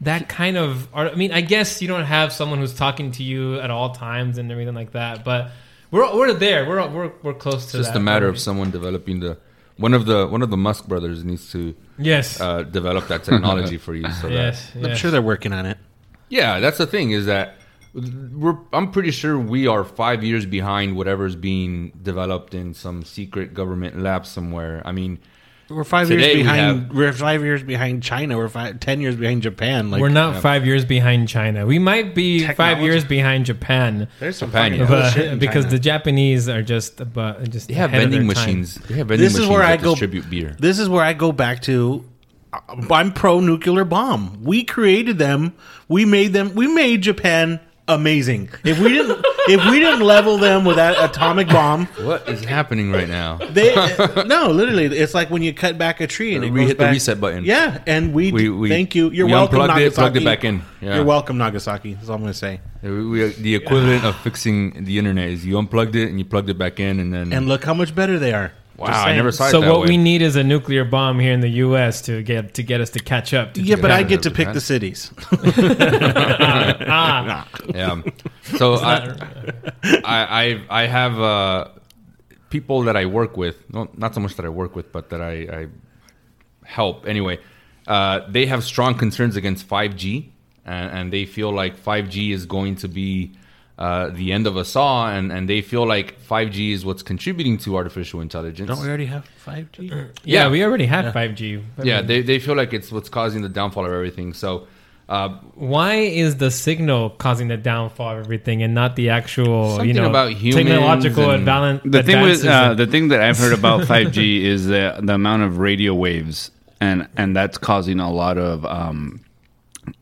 Speaker 2: that kind of. art- I mean, I guess you don't have someone who's talking to you at all times and everything like that, but. We're, we're there. We're, we're, we're close to
Speaker 5: It's just
Speaker 2: that.
Speaker 5: a matter of someone developing the one of the one of the Musk brothers needs to
Speaker 2: Yes.
Speaker 5: uh, develop that technology for you. So that
Speaker 2: yes.
Speaker 3: I'm
Speaker 2: yes.
Speaker 3: sure they're working on it.
Speaker 5: Yeah, that's the thing is that we're, I'm pretty sure we are five years behind whatever's being developed in some secret government lab somewhere. I mean,
Speaker 3: We're five
Speaker 5: Today
Speaker 3: years
Speaker 5: we
Speaker 3: behind.
Speaker 5: have-
Speaker 3: We are five years behind China. We're five, ten years behind Japan. Like
Speaker 2: We're not five years behind China. We might be five
Speaker 3: Technology-
Speaker 2: years behind Japan.
Speaker 3: There's some
Speaker 5: Japan,
Speaker 3: fucking
Speaker 5: yeah.
Speaker 3: cool
Speaker 2: but-
Speaker 3: shit in
Speaker 2: because
Speaker 3: China.
Speaker 2: the Japanese are just about just
Speaker 5: they have
Speaker 2: ahead of their
Speaker 5: vending
Speaker 2: time.
Speaker 5: machines. They have vending
Speaker 3: this
Speaker 5: machines
Speaker 3: is where
Speaker 5: that
Speaker 3: I go
Speaker 5: distribute beer.
Speaker 3: This is where I go back to. uh, I'm pro nuclear bomb. We created them. We made them. We made Japan amazing. If we didn't, if we didn't level them with that atomic bomb,
Speaker 5: What is happening right now?
Speaker 3: they no. Literally, it's like when you cut back a tree and it
Speaker 5: We
Speaker 3: goes
Speaker 5: hit the
Speaker 3: back-
Speaker 5: reset button.
Speaker 3: Yeah, and we,
Speaker 5: We- we-
Speaker 3: thank you. You're
Speaker 5: we
Speaker 3: welcome,
Speaker 5: unplugged
Speaker 3: Nagasaki.
Speaker 5: it, plugged it back in. Yeah.
Speaker 3: You're welcome, Nagasaki. That's all I'm gonna say.
Speaker 5: We- we- the equivalent of fixing the internet is you unplugged it and you plugged it back in, and then
Speaker 3: And look how much better they are.
Speaker 5: wow,
Speaker 3: Just
Speaker 5: I
Speaker 3: saying.
Speaker 5: never saw it
Speaker 2: So
Speaker 5: that
Speaker 2: what
Speaker 5: way.
Speaker 2: we need is a nuclear bomb here in the U.S. to get to get us to catch up. To
Speaker 3: Yeah, but I
Speaker 5: Yeah,
Speaker 3: get to
Speaker 5: that's
Speaker 3: pick
Speaker 5: right.
Speaker 3: the cities.
Speaker 2: Ah,
Speaker 5: Yeah. So I, I, I, I have uh, people that I work with. Well, not so much that I work with, but that I, I help anyway. Uh, they have strong concerns against 5G, and, and they feel like 5G is going to be uh, the end of us all, and, and they feel like 5G is what's contributing to artificial intelligence.
Speaker 3: Don't we already have five G?
Speaker 2: yeah,
Speaker 5: yeah.
Speaker 2: we already have five G.
Speaker 5: yeah, they, they feel like it's what's causing the downfall of everything. So uh,
Speaker 2: Why is the signal causing the downfall of everything and not the actual you
Speaker 5: Something
Speaker 2: know
Speaker 5: about humans
Speaker 2: technological
Speaker 5: and-
Speaker 2: advan-
Speaker 4: The thing with
Speaker 2: advances?
Speaker 4: uh, the thing that I've heard about 5G is the the amount of radio waves, and and that's causing a lot of um,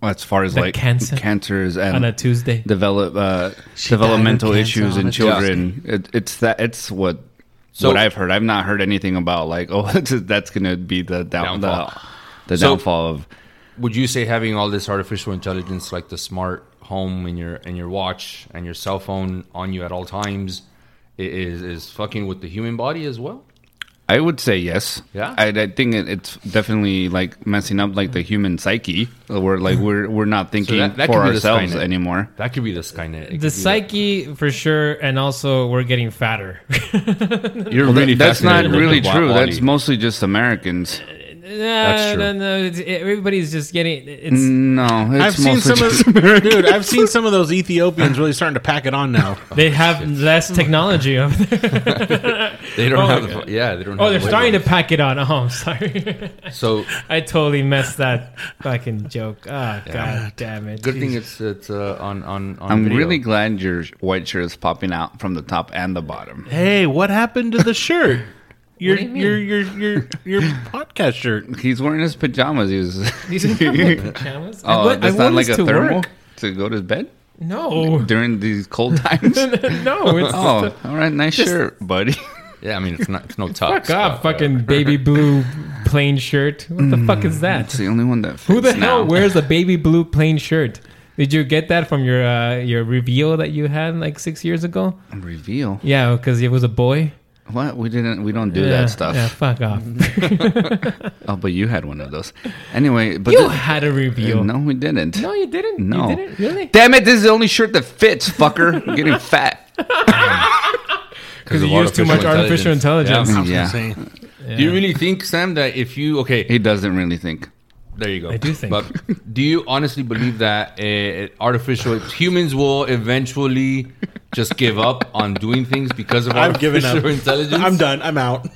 Speaker 4: as far as
Speaker 2: Like
Speaker 4: like
Speaker 2: cancer?
Speaker 4: cancers
Speaker 2: on
Speaker 4: and
Speaker 2: a Tuesday?
Speaker 4: develop uh, developmental
Speaker 3: cancer
Speaker 4: issues
Speaker 3: on
Speaker 4: in
Speaker 3: a
Speaker 4: children. It, it's that it's what what I've heard. I've not heard anything about like oh that's that's gonna be the down,
Speaker 5: Downfall.
Speaker 4: the the
Speaker 5: So-
Speaker 4: downfall of
Speaker 5: would you say having all this artificial intelligence like the smart home and your and your watch and your cell phone on you at all times i- is is fucking with the human body as well
Speaker 4: I would say yes.
Speaker 5: Yeah?
Speaker 4: I, I think it, it's definitely like messing up like the human psyche, where like we're we're not thinking
Speaker 5: Hmm. that- that could
Speaker 4: for
Speaker 5: be the
Speaker 4: ourselves
Speaker 5: Skynet.
Speaker 4: anymore.
Speaker 5: That could be the Skynet. It could be
Speaker 2: The psyche for sure, and also we're getting fatter.
Speaker 5: You're
Speaker 4: Well, that-
Speaker 5: really
Speaker 4: that's not
Speaker 5: fascinated with
Speaker 4: really
Speaker 5: the
Speaker 4: true.
Speaker 5: body.
Speaker 4: That's mostly just Americans.
Speaker 2: That's
Speaker 5: true.
Speaker 2: No, no, it's, e, everybody's just getting. It's
Speaker 4: No, it's
Speaker 3: I've seen
Speaker 4: mostly
Speaker 3: some of
Speaker 4: just
Speaker 3: dude. I've seen some of those Ethiopians really starting to pack it on now.
Speaker 2: they have
Speaker 5: Oh,
Speaker 2: less technology over there.
Speaker 5: they don't
Speaker 2: Oh,
Speaker 5: have.
Speaker 2: okay.
Speaker 5: The, yeah, they don't.
Speaker 2: Oh,
Speaker 5: have
Speaker 2: they're
Speaker 5: the
Speaker 2: starting to
Speaker 5: wavelength.
Speaker 2: pack it on. Oh, I'm sorry.
Speaker 5: So
Speaker 2: I totally messed that fucking joke. Oh god damn it.
Speaker 5: good thing it's it's uh, on on. on
Speaker 4: I'm
Speaker 5: video.
Speaker 4: really glad your white shirt is popping out from the top and the bottom.
Speaker 3: Hey, what happened to the shirt? Your
Speaker 2: do you mean?
Speaker 3: your your your your podcast shirt.
Speaker 4: He's wearing his pajamas. He was.
Speaker 2: These are my pajamas. I
Speaker 4: oh,
Speaker 2: wa- I
Speaker 4: that's
Speaker 2: wore
Speaker 4: not like
Speaker 2: this
Speaker 4: a
Speaker 2: to
Speaker 4: thermal
Speaker 2: work.
Speaker 4: to go to bed
Speaker 2: No.
Speaker 4: during these cold times.
Speaker 2: no, it's
Speaker 4: oh, all right, nice shirt, buddy.
Speaker 5: Yeah, I mean it's not it's no top.
Speaker 2: fuck off, fucking baby blue plain shirt. What the fuck is
Speaker 4: Mm. It's
Speaker 2: that?
Speaker 4: the only one that. Fits
Speaker 2: Who the
Speaker 4: now.
Speaker 2: hell wears a baby blue plain shirt? Did you get that from your uh, your reveal that you had like six years ago?
Speaker 4: reveal?
Speaker 2: Yeah, because it was a boy.
Speaker 4: What we didn't. We don't do
Speaker 2: Yeah,
Speaker 4: that stuff. Mm.
Speaker 2: Yeah, fuck off.
Speaker 4: Oh, but you had one of those. Anyway, but
Speaker 2: you
Speaker 4: the- Uh,
Speaker 2: had a reveal.
Speaker 4: no, we didn't.
Speaker 2: No, you didn't.
Speaker 4: No.
Speaker 2: You didn't? Really?
Speaker 4: Damn it! This is the only shirt that fits, fucker. I'm getting fat.
Speaker 2: Because you use too much artificial intelligence.
Speaker 5: Yeah.
Speaker 4: Yeah.
Speaker 5: Do you really think, Sam, that if you okay,
Speaker 4: He doesn't really think.
Speaker 5: there you go.
Speaker 2: I do think.
Speaker 5: But do you honestly believe that uh, artificial humans will eventually just give up on doing things because of
Speaker 3: I've given
Speaker 5: artificial
Speaker 3: up.
Speaker 5: intelligence?
Speaker 3: I'm done. I'm out.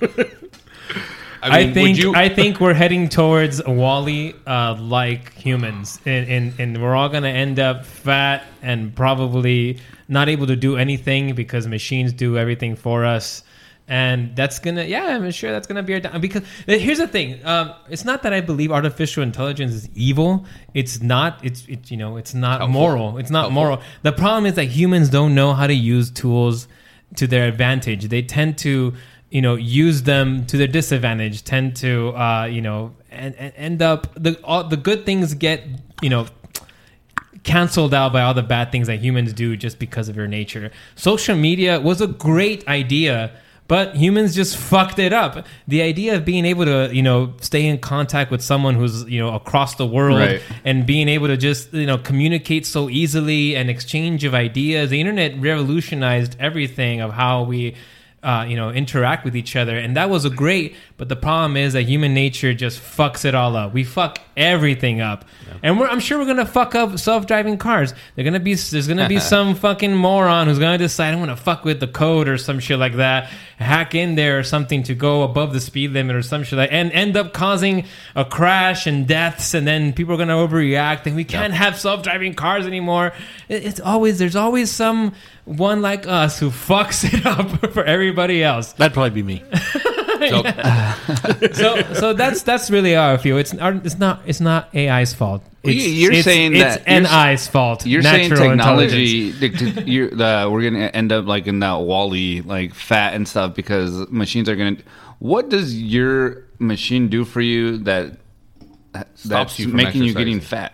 Speaker 5: I,
Speaker 2: I,
Speaker 5: mean,
Speaker 2: think
Speaker 5: Would you,
Speaker 2: I think we're heading towards Wally uh, like humans, and, and and we're all gonna end up fat and probably not able to do anything because machines do everything for us. And that's gonna, yeah, I'm sure that's gonna be our down. Because uh, here's the thing: um, it's not that I believe artificial intelligence is evil. It's not. It's it's you know, it's not moral. It's not moral. The problem is that humans don't know how to use tools to their advantage. They tend to, you know, use them to their disadvantage. Tend to, uh, you know, and, and end up the all, the good things get, you know, canceled out by all the bad things that humans do just because of your nature. Social media was a great idea, but humans just fucked it up. The idea of being able to, you know, stay in contact with someone who's, you know, across the world
Speaker 4: Right.
Speaker 2: and being able to just, you know, communicate so easily and exchange of ideas. The internet revolutionized everything of how we uh, you know, interact with each other, and that was a great. But the problem is that human nature just fucks it all up. We fuck everything up, and we're, I'm sure we're gonna fuck up self-driving cars. They're gonna be there's gonna be some fucking moron who's gonna decide I'm gonna fuck with the code or some shit like that, hack in there or something to go above the speed limit or some shit like, and end up causing a crash and deaths, and then people are gonna overreact, and we can't have self-driving cars anymore. It- It's always there's always some one like us who fucks it up for everybody else.
Speaker 3: That'd probably be me.
Speaker 5: so,
Speaker 2: So so that's that's really how I feel. It's not it's not it's not AI's fault.
Speaker 4: Well,
Speaker 2: It's,
Speaker 4: you- you're
Speaker 2: it's-
Speaker 4: saying
Speaker 2: it's
Speaker 4: that- you're s-
Speaker 2: NI's fault.
Speaker 4: You're saying
Speaker 2: natural intelligence.
Speaker 4: technology. the- the- you're, the, we're gonna end up like in that Wally, like fat and stuff, because machines are gonna. What does your machine do for you that that's
Speaker 5: you from
Speaker 4: making you getting
Speaker 5: exercising.
Speaker 4: fat?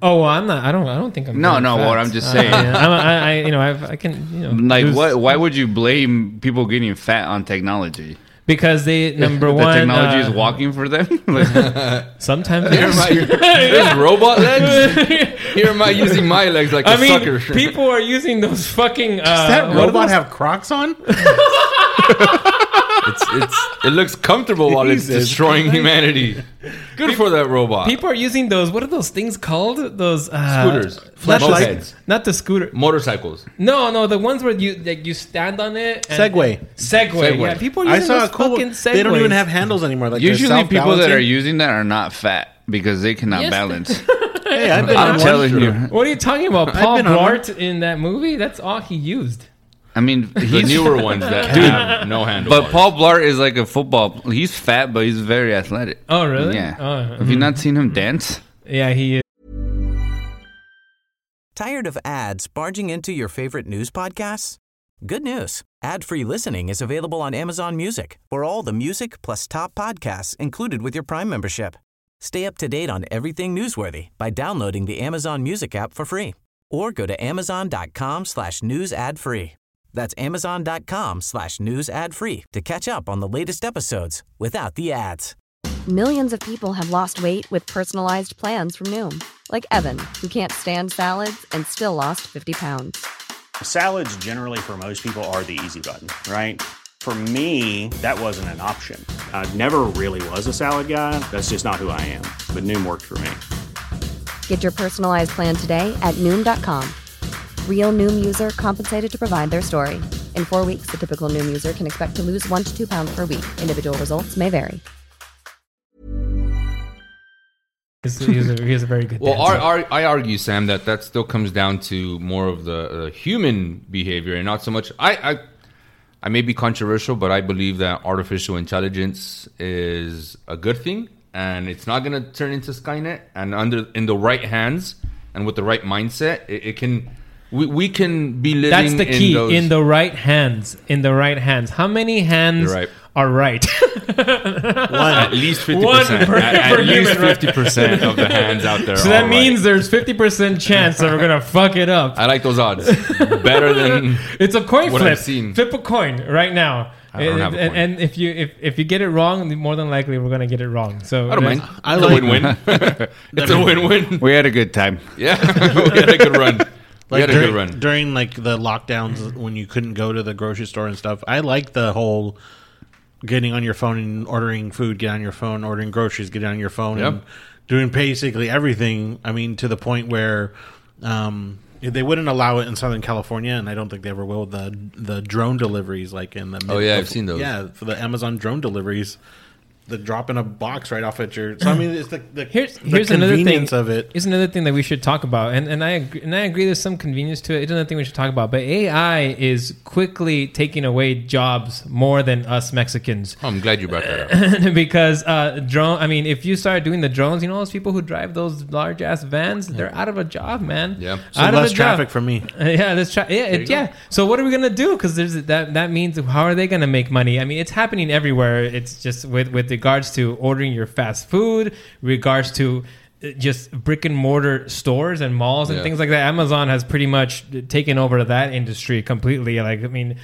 Speaker 2: Oh, well, I'm not. I don't. I don't think I'm.
Speaker 4: No,
Speaker 2: very
Speaker 4: no.
Speaker 2: fat.
Speaker 4: What I'm just
Speaker 2: Uh,
Speaker 4: saying.
Speaker 2: yeah, I'm, I, I, you know, I've, I can, you know,
Speaker 4: Like
Speaker 2: lose-
Speaker 4: what? Why would you blame people getting fat on technology?
Speaker 2: Because they number
Speaker 4: the
Speaker 2: one.
Speaker 4: technology
Speaker 2: uh,
Speaker 4: is walking for them. Like,
Speaker 2: Sometimes
Speaker 5: here am I, there's robot legs. Here am I using my legs like a
Speaker 2: I mean,
Speaker 5: sucker.
Speaker 2: people are using those fucking. Uh,
Speaker 3: Does that
Speaker 2: what are
Speaker 3: robot
Speaker 2: those-
Speaker 3: have Crocs on?
Speaker 5: It's, it's, it looks comfortable while it's
Speaker 3: Jesus.
Speaker 5: destroying humanity. Good for that robot.
Speaker 2: People are using those. What are those things called? Those uh,
Speaker 5: Scooters,
Speaker 3: Flashlights.
Speaker 5: mopeds,
Speaker 2: Not the scooter.
Speaker 5: motorcycles.
Speaker 2: No, no, the ones where you like you stand on it. and-
Speaker 3: Segway.
Speaker 2: Segway.
Speaker 5: Segway.
Speaker 2: Yeah, people are using
Speaker 3: I saw a
Speaker 2: those
Speaker 3: cool.
Speaker 2: fucking segways.
Speaker 3: They don't even have handles anymore. Like they're
Speaker 4: usually, people that
Speaker 3: self-balancing.
Speaker 4: are using that are not fat because they cannot
Speaker 2: Yes, they-
Speaker 4: balance.
Speaker 3: Hey, I've been on
Speaker 4: I'm
Speaker 3: one.
Speaker 4: telling you.
Speaker 2: What are you talking about? Paul
Speaker 3: been on one.
Speaker 2: Blart in that movie? That's all he used.
Speaker 4: I mean,
Speaker 5: The
Speaker 4: he's
Speaker 5: newer ones that have no handle.
Speaker 4: But Paul Blart is like a football. He's fat, but he's very athletic.
Speaker 2: Oh, really?
Speaker 4: Yeah.
Speaker 2: Oh,
Speaker 4: Have you not seen
Speaker 5: Mm-hmm.
Speaker 4: him dance?
Speaker 2: Yeah, he is.
Speaker 6: Tired of ads barging into your favorite news podcasts? Good news. Ad-free listening is available on Amazon Music. For all the music plus top podcasts included with your Prime membership. Stay up to date on everything newsworthy by downloading the Amazon Music app for free or go to amazoncom slash news ad free. That's amazon.com slash news ad free to catch up on the latest episodes without the ads.
Speaker 7: Millions of people have lost weight with personalized plans from Noom, like Evan, who can't stand salads and still lost 50 pounds.
Speaker 8: Salads, generally, for most people, are the easy button, right? For me, that wasn't an option. I never really was a salad guy. That's just not who I am. But Noom worked for me.
Speaker 7: Get your personalized plan today at Noom.com. Real Noom user compensated to provide their story. In four weeks, the typical Noom user can expect to lose one to two pounds per week. Individual results may vary.
Speaker 2: He's, he's a, he's a very good
Speaker 5: Well,
Speaker 2: dancer.
Speaker 5: ar ar- I argue, Sam, that that still comes down to more of the uh, human behavior and not so much. I, I, I may be controversial, but I believe that artificial intelligence is a good thing, and it's not going to turn into Skynet. And under in the right hands and with the right mindset, it, it can. We, we can be living.
Speaker 2: That's the key. In,
Speaker 5: those-
Speaker 2: the right hands. In the right hands. How many hands
Speaker 5: You're right.
Speaker 2: are right?
Speaker 5: at least fifty percent.
Speaker 2: per-
Speaker 5: At, at
Speaker 2: per
Speaker 5: least
Speaker 2: human, right?
Speaker 5: fifty percent of the hands out there.
Speaker 2: so
Speaker 5: are
Speaker 2: that
Speaker 5: right.
Speaker 2: means there's 50% chance that we're going to fuck it up.
Speaker 5: I like those odds better than
Speaker 2: It's a coin
Speaker 5: What
Speaker 2: flip.
Speaker 5: I've seen.
Speaker 2: Flip a coin right now.
Speaker 5: I don't
Speaker 2: and,
Speaker 5: have a
Speaker 2: and-
Speaker 5: coin.
Speaker 2: and if you if, if you get it wrong, more than likely we're gonna get it wrong. So
Speaker 5: I don't
Speaker 2: there's-
Speaker 5: mind.
Speaker 3: I
Speaker 5: it's
Speaker 3: like-
Speaker 5: a win-win. it's a win-win.
Speaker 4: We had a good time.
Speaker 5: Yeah, we had a good run.
Speaker 3: Like
Speaker 5: we had a
Speaker 3: during,
Speaker 5: good run.
Speaker 3: during like the lockdowns when you couldn't go to the grocery store and stuff. I like the whole getting on your phone and ordering food, get on your phone, ordering groceries, get on your phone,
Speaker 5: Yep.
Speaker 3: and doing basically everything. I mean, to the point where um, they wouldn't allow it in Southern California, and I don't think they ever will. The the drone deliveries, like in the
Speaker 5: Oh, yeah, I've seen those.
Speaker 3: Yeah, for the Amazon drone deliveries. The drop in a box right off at your. So I mean, it's the, the
Speaker 2: Here's
Speaker 3: the
Speaker 2: here's another thing.
Speaker 3: convenience of it.
Speaker 2: Here's another thing that we should talk about, and and I agree, and I agree. There's some convenience to it. It's another thing we should talk about. But AI is quickly taking away jobs more than us Mexicans.
Speaker 5: Oh, I'm glad you brought that up.
Speaker 2: because uh, drone. I mean, if you start doing the drones, you know those people who drive those large ass vans, they're out of a job, man.
Speaker 5: Yeah. So
Speaker 3: So
Speaker 2: out
Speaker 3: less
Speaker 2: of a job.
Speaker 3: traffic for me.
Speaker 2: Uh, yeah, let's try. Yeah, it, yeah. So what are we gonna do? Because there's that. That means how are they gonna make money? I mean, it's happening everywhere. It's just with with regards to ordering your fast food, regards to uh, just brick and mortar stores and malls and
Speaker 5: Yeah.
Speaker 2: things like that. Amazon has pretty much taken over that industry completely. Like, I mean.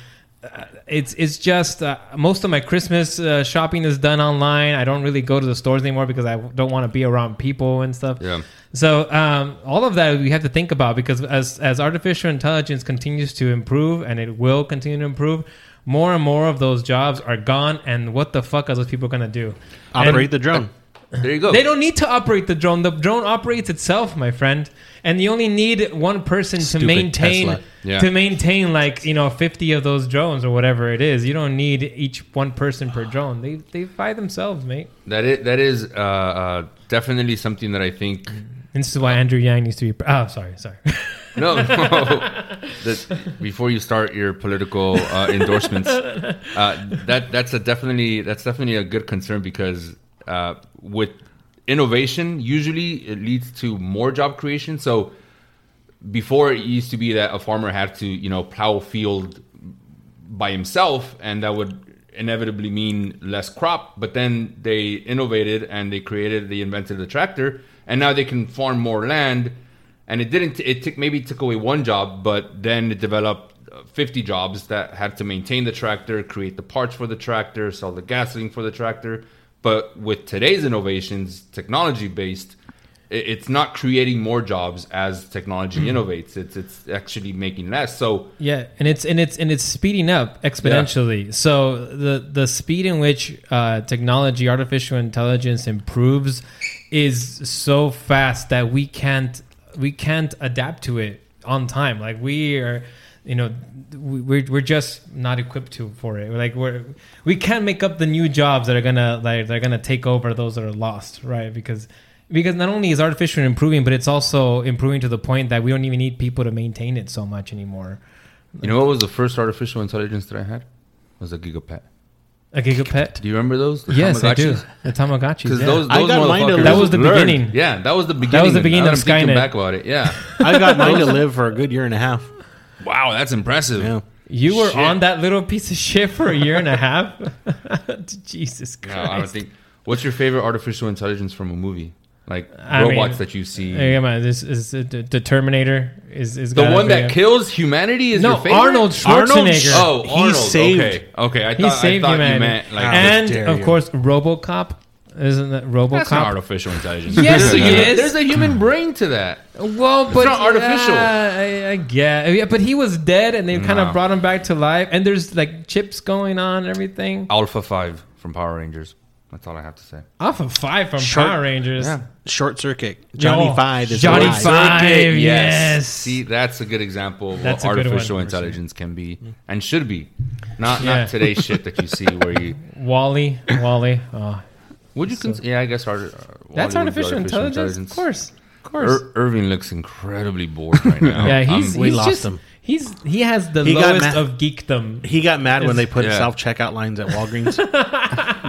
Speaker 2: uh, It's it's just uh, most of my Christmas uh, shopping is done online. I don't really go to the stores anymore because I don't want to be around people and stuff.
Speaker 5: Yeah.
Speaker 2: So um, all of that we have to think about because as as artificial intelligence continues to improve and it will continue to improve, more and more of those jobs are gone. And what the fuck are those people gonna do?
Speaker 3: Operate the drone.
Speaker 5: There you go.
Speaker 2: They don't need to operate the drone. The drone operates itself, my friend. And you only need one person to
Speaker 3: Stupid
Speaker 2: maintain
Speaker 3: Tesla.
Speaker 5: Yeah.
Speaker 2: to maintain like, you know, 50 of those drones or whatever it is. You don't need each one person per drone. They they buy themselves, mate.
Speaker 5: That is that is uh, uh, definitely something that I think.
Speaker 2: And this is why Andrew Yang needs to be pr- Oh, sorry, sorry.
Speaker 5: No, no. That- before you start your political uh, endorsements, uh, that that's a definitely that's definitely a good concern because uh, with innovation, usually it leads to more job creation. So before it used to be that a farmer had to you know plow a field by himself and that would inevitably mean less crop but then they innovated and they created they invented the tractor and now they can farm more land and it didn't it took maybe took away one job but then it developed uh, 50 jobs that had to maintain the tractor create the parts for the tractor sell the gasoline for the tractor but with today's innovations technology based it- it's not creating more jobs as technology innovates it's it's actually making less so
Speaker 2: Yeah, and it's and it's and it's speeding up exponentially. So the the speed in which uh, technology, artificial intelligence improves, is so fast that we can't we can't adapt to it on time. Like we are, you know, we- we're we're just not equipped to for it. Like we're we can't make up the new jobs that are gonna like they're gonna take over those that are lost, right? Because because not only is artificial improving, but it's also improving to the point that we don't even need people to maintain it so much anymore.
Speaker 5: You know what was the first artificial intelligence that I had? was a Gigapet.
Speaker 2: A gigapet?
Speaker 5: Do you remember those? The
Speaker 2: Yes, I do.
Speaker 5: Tamagotchis?
Speaker 2: The Tamagotchi.
Speaker 5: Because those,
Speaker 3: I
Speaker 5: those
Speaker 3: got mine to
Speaker 5: motherfuckers
Speaker 2: That was the
Speaker 5: learned.
Speaker 2: beginning.
Speaker 5: Yeah, that was the beginning.
Speaker 2: the beginning
Speaker 5: now
Speaker 2: of
Speaker 5: that I'm
Speaker 2: Skynet.
Speaker 5: thinking back about it. Yeah.
Speaker 3: I got mine to live for a good year and a half.
Speaker 5: wow, that's impressive.
Speaker 3: Yeah.
Speaker 2: you were
Speaker 5: Shit.
Speaker 2: on that little piece of shit for a year and a half. Jesus
Speaker 5: No,
Speaker 2: Christ!
Speaker 5: I don't think. What's your favorite artificial intelligence from a movie? Like
Speaker 2: I mean,
Speaker 5: robots that you see.
Speaker 2: Hey, come on, this is uh, the, the Terminator is is
Speaker 5: the
Speaker 2: gotta
Speaker 5: one
Speaker 2: be
Speaker 5: that
Speaker 2: a-
Speaker 5: kills humanity is
Speaker 2: No,
Speaker 5: your favorite?
Speaker 2: Arnold Schwarzenegger.
Speaker 5: Oh,
Speaker 3: He
Speaker 5: Arnold.
Speaker 3: saved-
Speaker 5: Okay, okay. I
Speaker 2: He
Speaker 5: thought,
Speaker 2: saved
Speaker 5: I thought
Speaker 2: humanity,
Speaker 5: you meant like
Speaker 2: and
Speaker 3: dare
Speaker 2: of
Speaker 3: you.
Speaker 2: course RoboCop. Isn't that
Speaker 5: that's not
Speaker 2: RoboCop?
Speaker 5: artificial intelligence.
Speaker 2: Yes,
Speaker 5: there's, a,
Speaker 2: it
Speaker 5: human-
Speaker 2: is.
Speaker 5: there's a human brain to that.
Speaker 2: Well, but
Speaker 5: not artificial.
Speaker 2: Yeah, I, I guess. Yeah, but he was dead, and they kind of
Speaker 5: No.
Speaker 2: brought him back to life. And there's like chips going on and everything.
Speaker 5: Alpha Five from Power Rangers. That's all I have to say.
Speaker 2: Off of five from
Speaker 3: Shark-
Speaker 2: Power Rangers.
Speaker 5: Yeah.
Speaker 3: Short Circuit. Johnny
Speaker 2: Yo,
Speaker 3: Five is
Speaker 2: Johnny
Speaker 3: alive.
Speaker 2: Five.
Speaker 5: Circuit,
Speaker 2: yes.
Speaker 5: See, that's a good example of
Speaker 2: That's
Speaker 5: what
Speaker 2: a good one.
Speaker 5: artificial intelligence can be and should be. Not
Speaker 2: Yeah.
Speaker 5: not today's shit that you see where you
Speaker 2: Wally, Wally. Oh,
Speaker 5: would you cons- yeah I guess art- uh, Wally would
Speaker 2: that's
Speaker 5: be
Speaker 2: artificial, intelligence? Of course, of course.
Speaker 5: Ir- Irving looks incredibly bored right now. Um,
Speaker 2: yeah, he's,
Speaker 5: I'm-
Speaker 3: Er, um, we
Speaker 2: he's
Speaker 3: lost
Speaker 2: just,
Speaker 3: him.
Speaker 2: He's he has the
Speaker 3: He got
Speaker 2: lowest
Speaker 3: mad-
Speaker 2: of geekdom.
Speaker 3: He got mad when they put
Speaker 5: Yeah.
Speaker 3: self checkout lines at Walgreens.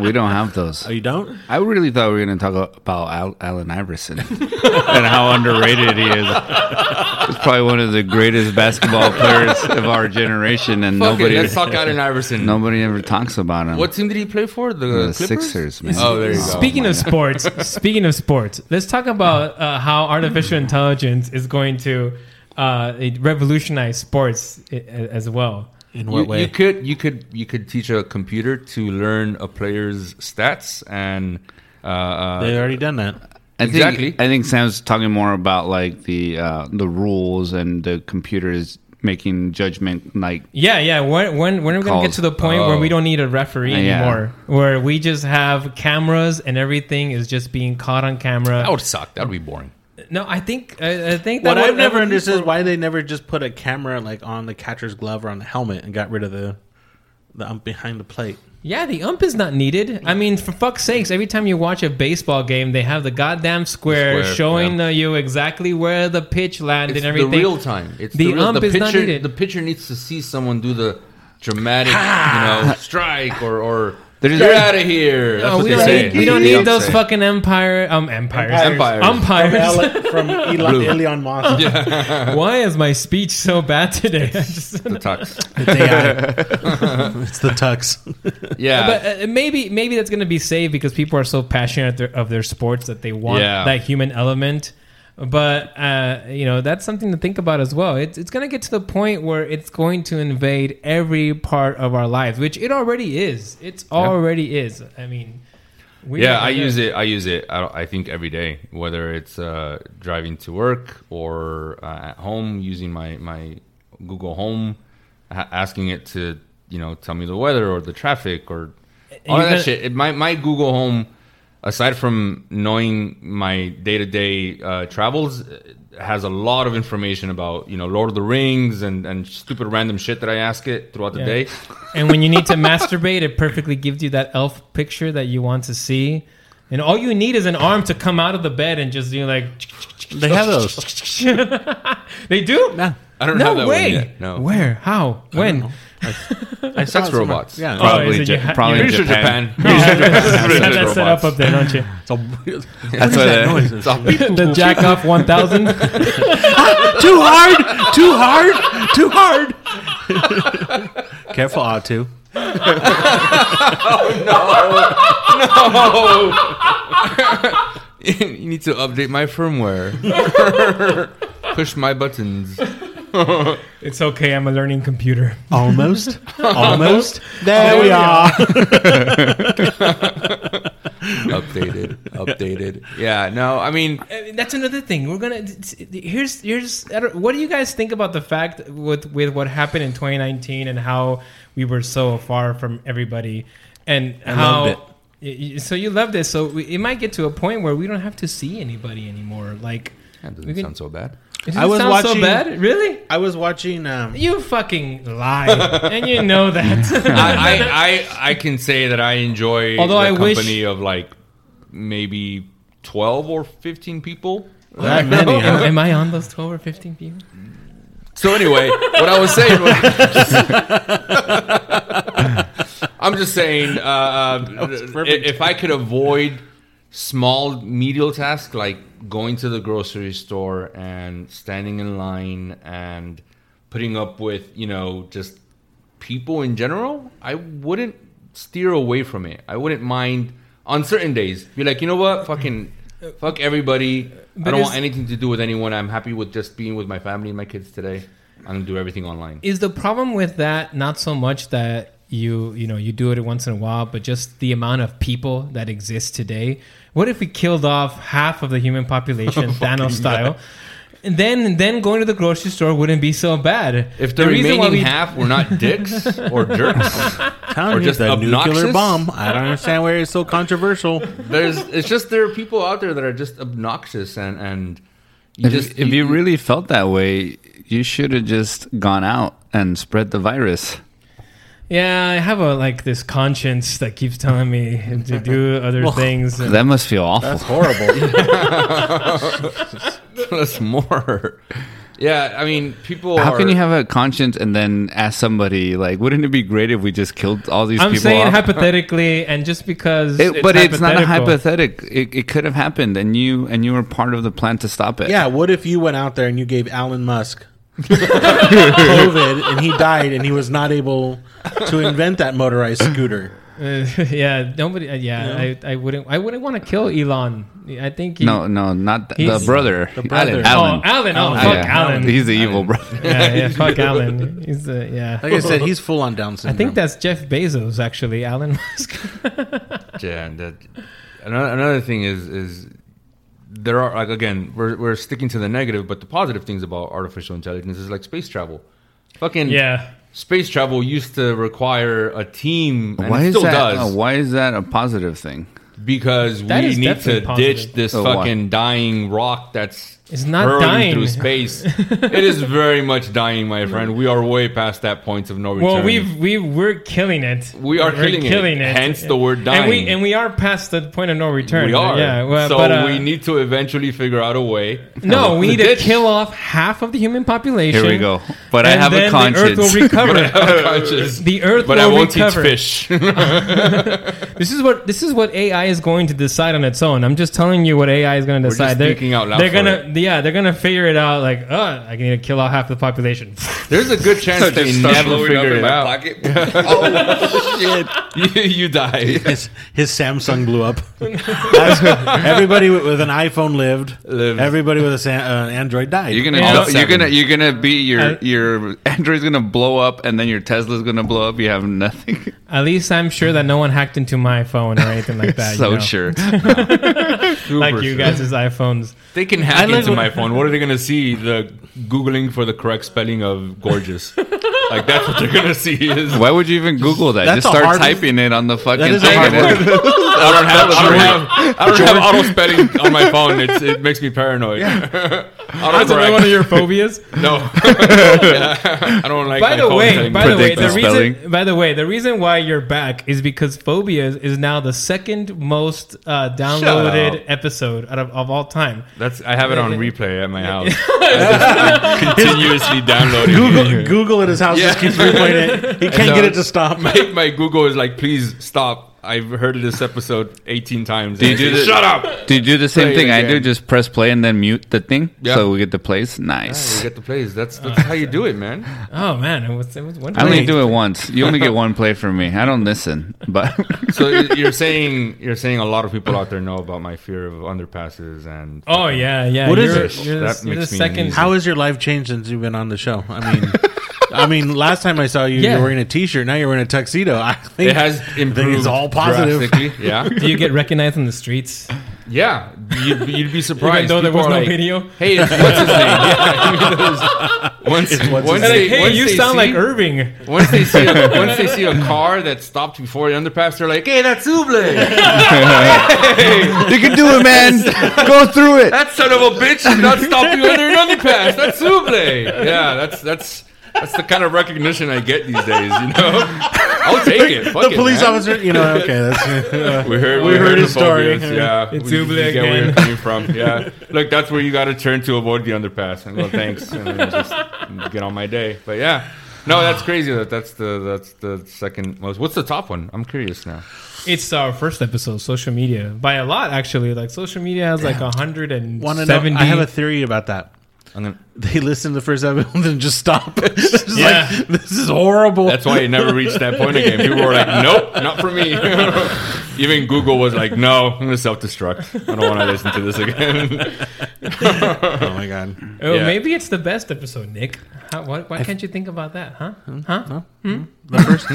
Speaker 4: We don't have those.
Speaker 3: oh, you don't?
Speaker 4: I really thought we were going to talk about Al- Allen Iverson and how underrated he is. He's probably one of the greatest basketball players of our generation, and
Speaker 5: Fuck it,
Speaker 4: nobody
Speaker 5: let's talk Allen Iverson.
Speaker 4: nobody ever talks about him.
Speaker 5: What team did he play for? The,
Speaker 4: the
Speaker 5: Clippers?
Speaker 4: Sixers, man?
Speaker 5: Oh, there you go.
Speaker 2: Speaking of sports, speaking of sports, let's talk about uh, how artificial intelligence is going to uh, it revolutionize sports i- a- as well.
Speaker 3: In
Speaker 5: you, you could you could you could teach a computer to learn a player's stats and uh, uh,
Speaker 3: they already done that.
Speaker 4: I think,
Speaker 5: Exactly.
Speaker 4: I think Sam's talking more about like the uh, the rules and the computers making judgment. Like,
Speaker 2: Yeah, yeah. When when when are we gonna get
Speaker 4: Calls.
Speaker 2: to the point where
Speaker 5: Oh.
Speaker 2: we don't need a referee
Speaker 4: Uh, yeah.
Speaker 2: anymore? Where we just have cameras and everything is just being caught on camera.
Speaker 5: that
Speaker 3: Oh.
Speaker 5: would suck. That would be boring.
Speaker 2: No, I think I, I think that
Speaker 3: What I've
Speaker 2: would-
Speaker 3: never understood is why they never just put a camera like on the catcher's glove or on the helmet and got rid of the the ump behind the plate.
Speaker 2: Yeah, the ump is not needed. I mean, for fuck's sakes, every time you watch a baseball game, they have the goddamn square,
Speaker 5: square,
Speaker 2: showing
Speaker 5: yeah.
Speaker 2: uh, you exactly where the pitch landed
Speaker 5: It's
Speaker 2: and everything.
Speaker 5: the real time. It's
Speaker 2: The
Speaker 5: the, real,
Speaker 2: ump
Speaker 5: the
Speaker 2: is
Speaker 5: pitcher,
Speaker 2: not needed.
Speaker 5: The pitcher needs to see someone do the dramatic, you know, strike or or
Speaker 4: They're just-
Speaker 5: you're out of here. That's
Speaker 2: Oh,
Speaker 5: what
Speaker 2: we
Speaker 5: they
Speaker 2: don't,
Speaker 5: say.
Speaker 2: need, we don't
Speaker 5: That's what
Speaker 2: need
Speaker 5: the ump
Speaker 2: those
Speaker 5: say.
Speaker 2: fucking empire um empires
Speaker 5: Empires.
Speaker 2: umpires.
Speaker 3: from Elon, Elon Musk.
Speaker 2: Why is my speech so bad today? I just-
Speaker 5: The tux.
Speaker 3: It's AI. it's the tux.
Speaker 5: Yeah,
Speaker 2: but uh, maybe maybe that's going to be saved because people are so passionate of their, of their sports that they want
Speaker 5: Yeah.
Speaker 2: that human element. But uh, you know that's something to think about as well. It's it's going to get to the point where it's going to invade every part of our lives, which it already is. It's already is. I mean, we
Speaker 5: yeah. I use it. I use it. I, don't- I think every day, whether it's uh, driving to work or uh, at home using my my Google Home, a- asking it to you know tell me the weather or the traffic or all
Speaker 2: you
Speaker 5: that
Speaker 2: gotta-
Speaker 5: shit. It, my my Google Home, aside from knowing my day to day travels, uh, has a lot of information about you know Lord of the Rings and and stupid random shit that I ask it throughout the
Speaker 2: Yeah.
Speaker 5: day.
Speaker 2: And when you need to masturbate, it perfectly gives you that elf picture that you want to see. And all you need is an arm to come out of the bed and just do like
Speaker 3: They have those.
Speaker 2: they do.
Speaker 5: I don't
Speaker 2: no
Speaker 5: have that
Speaker 2: way.
Speaker 5: one yet. No.
Speaker 2: Where? How? When?
Speaker 3: I
Speaker 5: Sex robots.
Speaker 3: Yeah.
Speaker 2: Oh,
Speaker 4: Probably
Speaker 2: is it
Speaker 4: Ja-
Speaker 2: you ha-
Speaker 4: probably
Speaker 2: you-
Speaker 5: Pretty sure
Speaker 4: Japan.
Speaker 5: Japan.
Speaker 2: You have that set up up there, don't you?
Speaker 3: It's all- what
Speaker 4: That's
Speaker 3: is
Speaker 4: why
Speaker 3: that
Speaker 4: the-
Speaker 3: noise? It's all beep, boop,
Speaker 2: the
Speaker 3: boop.
Speaker 2: jack off 1000.
Speaker 3: too hard, too hard, too hard. Careful, Auto.
Speaker 5: you need to update my firmware. Push my buttons.
Speaker 2: it's okay, I'm a learning computer.
Speaker 3: Almost, almost. There we are.
Speaker 5: Updated. Updated. Yeah. No. I mean,
Speaker 2: Uh, that's another thing. We're gonna here's here's I don't, what do you guys think about the fact with with what happened in 2019 and how we were so far from everybody and how
Speaker 3: loved it.
Speaker 2: Y- y- so you loved it. So we, it might get to a point where we don't have to see anybody anymore. Like
Speaker 5: that
Speaker 2: We
Speaker 5: doesn't
Speaker 2: can-
Speaker 5: sound so bad.
Speaker 2: it doesn't
Speaker 3: I was
Speaker 2: sound so
Speaker 3: watching-
Speaker 2: bad. Really?
Speaker 3: I was watching. Um,
Speaker 2: You fucking lie, and you know that.
Speaker 5: I, I, I, I can say that I enjoy
Speaker 2: Although
Speaker 5: the
Speaker 2: I wish-
Speaker 5: company of like maybe twelve or fifteen people.
Speaker 3: that many.
Speaker 2: Oh, am, am I on those 12 or 15 people?
Speaker 5: So anyway, what I was saying was, I'm just saying, uh, uh,
Speaker 3: perfect.
Speaker 5: if I could avoid small medial tasks like going to the grocery store and standing in line and putting up with, you know, just people in general, I wouldn't steer away from it. I wouldn't mind on certain days. Be like, you know what, fucking. Fuck everybody. I
Speaker 2: but
Speaker 5: don't
Speaker 2: is-
Speaker 5: want anything to do with anyone. I'm happy with just being with my family and my kids today. I'm gonna do everything online.
Speaker 2: Is the problem with that not so much that you you know you do it once in a while, but just the amount of people that exist today? What if we killed off half of the human
Speaker 4: Oh,
Speaker 2: population, Thanos style? And then then going to the grocery store wouldn't be so bad.
Speaker 5: If the,
Speaker 2: reason why
Speaker 5: remaining
Speaker 2: we-
Speaker 5: half were not dicks or jerks,
Speaker 3: Telling
Speaker 5: Or
Speaker 3: you,
Speaker 5: just
Speaker 3: the nuclear
Speaker 5: obnoxious?
Speaker 3: bomb. I don't understand why it's so controversial.
Speaker 5: there's it's just there are people out there that are just obnoxious and and you
Speaker 4: If,
Speaker 5: just
Speaker 4: if you really felt that way, you should have just gone out and spread the virus.
Speaker 2: yeah, I have a like this conscience that keeps telling me to do other things.
Speaker 4: That must feel awful.
Speaker 3: That's horrible.
Speaker 5: plus more. Yeah, I mean, people.
Speaker 4: How can
Speaker 5: are-
Speaker 4: you have a conscience and then ask somebody like, wouldn't it be great if we just killed all these
Speaker 2: I'm
Speaker 4: people?
Speaker 2: saying
Speaker 4: off?
Speaker 2: hypothetically, and just because,
Speaker 4: It- but it's not a
Speaker 2: hypothetical.
Speaker 4: hypothetic. It, it could have happened, and you and you were part of the plan to stop it.
Speaker 3: Yeah, what if you went out there and you gave Elon Musk COVID and he died and he was not able to invent that motorized scooter?
Speaker 2: Uh, yeah, nobody. Uh, yeah, I, I wouldn't. I wouldn't want to kill Elon. I think he,
Speaker 4: No, no, not th-
Speaker 2: He's-
Speaker 4: the brother.
Speaker 3: the brother.
Speaker 4: Alan.
Speaker 2: Oh, Alan.
Speaker 4: Alan.
Speaker 2: Oh,
Speaker 3: Alan.
Speaker 2: fuck
Speaker 4: Yeah.
Speaker 2: Alan.
Speaker 4: He's the evil brother.
Speaker 2: yeah, yeah, fuck Alan. He's uh, yeah.
Speaker 3: Like I said, he's full on Down
Speaker 2: I
Speaker 3: syndrome.
Speaker 2: think that's Jeff Bezos actually. Alan Musk.
Speaker 5: Yeah, and that, another, another thing is is there are like again we're we're sticking to the negative, but the positive things about artificial intelligence is like space travel. Fucking
Speaker 2: yeah.
Speaker 5: space travel used to require a team, and
Speaker 4: Why
Speaker 5: it
Speaker 4: is
Speaker 5: still
Speaker 4: that? uh,
Speaker 5: does
Speaker 4: why is that a positive thing?
Speaker 5: because
Speaker 2: That
Speaker 5: we
Speaker 2: is
Speaker 5: need
Speaker 2: definitely
Speaker 5: to
Speaker 2: positive.
Speaker 5: ditch this
Speaker 4: So what?
Speaker 5: fucking dying rock that's
Speaker 2: It's not
Speaker 5: hurling
Speaker 2: dying.
Speaker 5: through space. it is very much dying, my friend. We are way past that point of no return.
Speaker 2: Well, we've we we're killing it.
Speaker 5: We are
Speaker 2: We're
Speaker 5: killing it. Hence the word
Speaker 2: And we
Speaker 5: dying.
Speaker 2: and we are past the point of no return.
Speaker 5: we are.
Speaker 2: Yeah. Well,
Speaker 5: so
Speaker 2: but, uh,
Speaker 5: we need to eventually figure out a way.
Speaker 2: No, we need to
Speaker 5: ditch.
Speaker 2: kill off half of the human population.
Speaker 4: Here we go. But I
Speaker 2: and
Speaker 4: have a
Speaker 2: then The
Speaker 4: conscience.
Speaker 2: Earth will recover.
Speaker 5: Conscious.
Speaker 2: The Earth
Speaker 5: but
Speaker 2: will
Speaker 5: I won't
Speaker 2: recover.
Speaker 5: eat fish.
Speaker 2: This is what this is what AI is going to decide on its own. I'm just telling you what AI is going to
Speaker 5: just
Speaker 2: decide. They're-
Speaker 5: speaking out loud
Speaker 2: They're
Speaker 5: for
Speaker 2: gonna yeah, they're gonna figure it out. Like, oh, I need to kill out half the population.
Speaker 5: There's a good chance they never figure it out.
Speaker 4: oh shit!
Speaker 5: you, you die.
Speaker 3: his, his Samsung blew up. As everybody with with an iPhone lived.
Speaker 5: Lived.
Speaker 3: Everybody with a Sam, uh, Android died.
Speaker 4: You're gonna
Speaker 2: Yeah.
Speaker 4: blow-
Speaker 2: All
Speaker 4: you're
Speaker 5: seven.
Speaker 4: gonna you're gonna be your
Speaker 2: Uh,
Speaker 4: your Android's gonna blow up, and then your Tesla's gonna blow up. You have nothing.
Speaker 2: At least I'm sure that no one hacked into my phone or anything like that.
Speaker 4: so
Speaker 2: you know?
Speaker 4: sure.
Speaker 2: like you guys' iPhones.
Speaker 5: They can hack into my phone. What are they going to see? The Googling for the correct spelling of gorgeous. like, that's what they're going to see. Is,
Speaker 4: Why would you even Google that?
Speaker 3: That's
Speaker 4: Just
Speaker 3: a
Speaker 4: start
Speaker 3: hard-
Speaker 4: typing it on the fucking
Speaker 3: is a
Speaker 4: thing.
Speaker 3: hard
Speaker 4: and it-
Speaker 5: I don't have, I don't have, I don't have auto spelling on my phone. It's, it makes me paranoid.
Speaker 2: That's another
Speaker 5: Autocorrect.
Speaker 2: one of your phobias.
Speaker 5: No, I don't like.
Speaker 2: by
Speaker 5: my
Speaker 2: the
Speaker 5: phone
Speaker 2: way,
Speaker 5: telling
Speaker 2: by
Speaker 5: me
Speaker 2: the way,
Speaker 4: Predictive
Speaker 2: the reason,
Speaker 4: spelling.
Speaker 2: by the way, the reason why you're back is because phobias is now the second most uh, downloaded episode out of, of all time.
Speaker 5: That's I have it on replay at my house. I'm just continuously downloading.
Speaker 3: Google,
Speaker 5: it.
Speaker 3: Google at his house just keeps replaying it. He can't
Speaker 5: No.
Speaker 3: get it to stop.
Speaker 5: My, my Google is like, please stop. I've heard of this episode 18 times.
Speaker 4: Do you
Speaker 5: And I
Speaker 4: do
Speaker 5: say,
Speaker 4: the-
Speaker 5: Shut up.
Speaker 4: Do you do the
Speaker 5: Play
Speaker 4: same
Speaker 5: it
Speaker 4: thing I do?
Speaker 5: again.
Speaker 4: Just press play and then mute the thing,
Speaker 5: Yeah.
Speaker 4: so we get the plays.
Speaker 5: You
Speaker 4: Nice.
Speaker 5: get the plays. That's that's how you do it, man.
Speaker 2: Oh man, it was it was wonderful.
Speaker 4: I only do it once. You only get one play from me. I don't listen, but
Speaker 5: So y- you're saying you're saying a lot of people out there know about my fear of underpasses and
Speaker 2: Oh yeah, yeah.
Speaker 3: What is
Speaker 2: you're,
Speaker 3: it?
Speaker 2: You're,
Speaker 5: That
Speaker 2: the, you're the
Speaker 5: makes me
Speaker 2: second.
Speaker 5: uneasy.
Speaker 3: How has your life changed since you've been on the show? I mean, I mean, last time I saw you, you
Speaker 2: Yeah.
Speaker 3: were wearing a T-shirt. Now you're wearing a tuxedo. I think
Speaker 5: it has improved.
Speaker 3: I think it's all positive.
Speaker 5: drastically. Yeah,
Speaker 2: Do you get recognized on the streets?
Speaker 5: yeah. You'd, you'd be surprised.
Speaker 2: Even though there
Speaker 5: People
Speaker 2: was
Speaker 5: are
Speaker 2: no
Speaker 5: like,
Speaker 2: video.
Speaker 5: Hey, it's, what's his name? Yeah, once, once
Speaker 2: They're like,
Speaker 5: they,
Speaker 2: hey,
Speaker 5: once
Speaker 2: you
Speaker 5: they
Speaker 2: sound
Speaker 5: see,
Speaker 2: like Irving.
Speaker 5: Once they see a, once they see a car that stopped before the underpass, they're like, "Hey, that's Uble.
Speaker 4: you can do it, man. Go through it.
Speaker 5: That son of a bitch did not stop you under an underpass. That's Uble. Yeah, that's that's that's the kind of recognition I get these days. You know, I'll take it. Fuck
Speaker 3: the
Speaker 5: it,
Speaker 3: police
Speaker 5: man.
Speaker 3: office. You know, okay, that's
Speaker 5: We heard,
Speaker 3: We heard
Speaker 5: the
Speaker 3: his story.
Speaker 5: phobias, Yeah,
Speaker 2: It's
Speaker 5: we,
Speaker 2: Uble
Speaker 5: we get where
Speaker 2: again.
Speaker 5: you're coming from. Yeah, look, that's where you got to turn to avoid the underpass. And well, thanks, and then just get on my day. But yeah, no, that's crazy. That that's the that's the second most. What's the top one? I'm curious now.
Speaker 2: It's our first episode, social media, by a lot actually. Like social media has like a hundred and
Speaker 3: want to know.
Speaker 2: seventy.
Speaker 3: I have a theory about that.
Speaker 5: I'm gonna,
Speaker 3: they listen to the first episode and just stop. It's just
Speaker 9: Yeah.
Speaker 3: like, this is horrible.
Speaker 5: That's why it never reached that point again. People were like, "Nope, not for me." Even Google was like, "No, I'm gonna self-destruct. I don't want to listen to this again."
Speaker 3: oh my god.
Speaker 2: Oh,
Speaker 5: Yeah.
Speaker 2: maybe it's the best episode, Nick. How, why why can't you think about that, huh?
Speaker 5: Hmm?
Speaker 2: Huh?
Speaker 3: The first.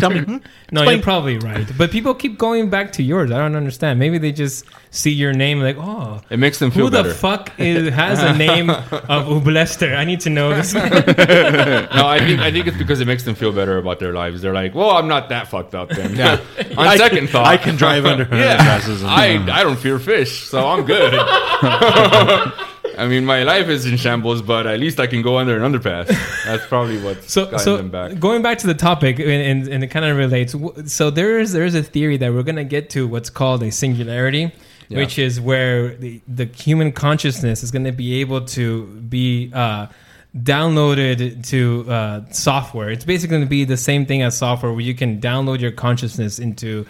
Speaker 3: Tell me.
Speaker 2: No,
Speaker 3: Explain.
Speaker 2: you're probably right. But people keep going back to yours. I don't understand. Maybe they just see your name like, oh,
Speaker 5: It makes them feel
Speaker 2: who
Speaker 5: better.
Speaker 2: the fuck is, has a name of Ublester? I need to know this.
Speaker 5: no, I think I think it's because it makes them feel better about their lives. They're like, "Well, I'm not that fucked up." Then,
Speaker 3: Yeah.
Speaker 5: on
Speaker 3: I
Speaker 5: second
Speaker 3: can-
Speaker 5: thought,
Speaker 3: I can drive under underpasses and- um,
Speaker 5: I I don't fear fish, so I'm good. I mean, my life is in shambles, but at least I can go under an underpass. That's probably what's
Speaker 2: so,
Speaker 5: gotten
Speaker 2: so
Speaker 5: them back.
Speaker 2: going back to the topic, and, and, and it kind of relates. w- So there is there is a theory that we're gonna get to what's called a singularity, which is where the, the human consciousness is gonna be able to be uh, downloaded to uh, software. It's basically gonna be the same thing as software, where you can download your consciousness into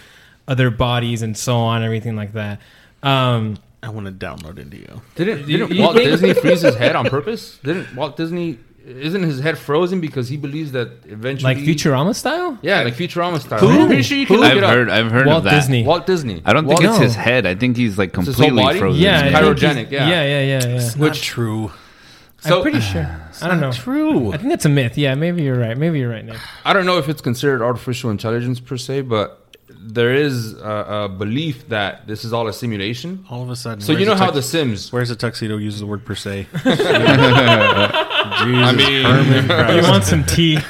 Speaker 2: other bodies and so on, everything like that. Um,
Speaker 3: I want to download into you.
Speaker 5: Didn't,
Speaker 2: You-
Speaker 5: didn't
Speaker 2: you
Speaker 5: Walt
Speaker 2: think-
Speaker 5: Disney freeze his head on purpose? Didn't Walt Disney? Isn't his head frozen because he believes that eventually,
Speaker 2: like Futurama style.
Speaker 5: yeah, like Futurama style. I'm pretty sure you can look
Speaker 4: I've
Speaker 5: it up.
Speaker 4: heard. I've heard
Speaker 2: Walt
Speaker 4: of that.
Speaker 2: Disney.
Speaker 5: Walt Disney.
Speaker 4: I don't think
Speaker 5: Walt-
Speaker 4: it's his head. I think he's like
Speaker 5: his whole
Speaker 4: completely
Speaker 5: body?
Speaker 4: frozen.
Speaker 2: Yeah, I think he's-
Speaker 5: Pyrogenic, yeah.
Speaker 2: yeah, yeah, yeah, yeah.
Speaker 3: Which true.
Speaker 5: So-
Speaker 2: I'm pretty sure. I don't know.
Speaker 3: True.
Speaker 2: I think that's a myth. Yeah, maybe you're right. Maybe you're right, Nick.
Speaker 5: I don't know if it's considered artificial intelligence per se, but there is a, a belief that this is all a simulation.
Speaker 3: All of a sudden.
Speaker 5: So you
Speaker 3: Oh, where's
Speaker 5: know how
Speaker 3: tux-
Speaker 5: The Sims.
Speaker 3: Where's the tuxedo uses the word per se?
Speaker 5: I mean,
Speaker 2: You want some tea?
Speaker 5: you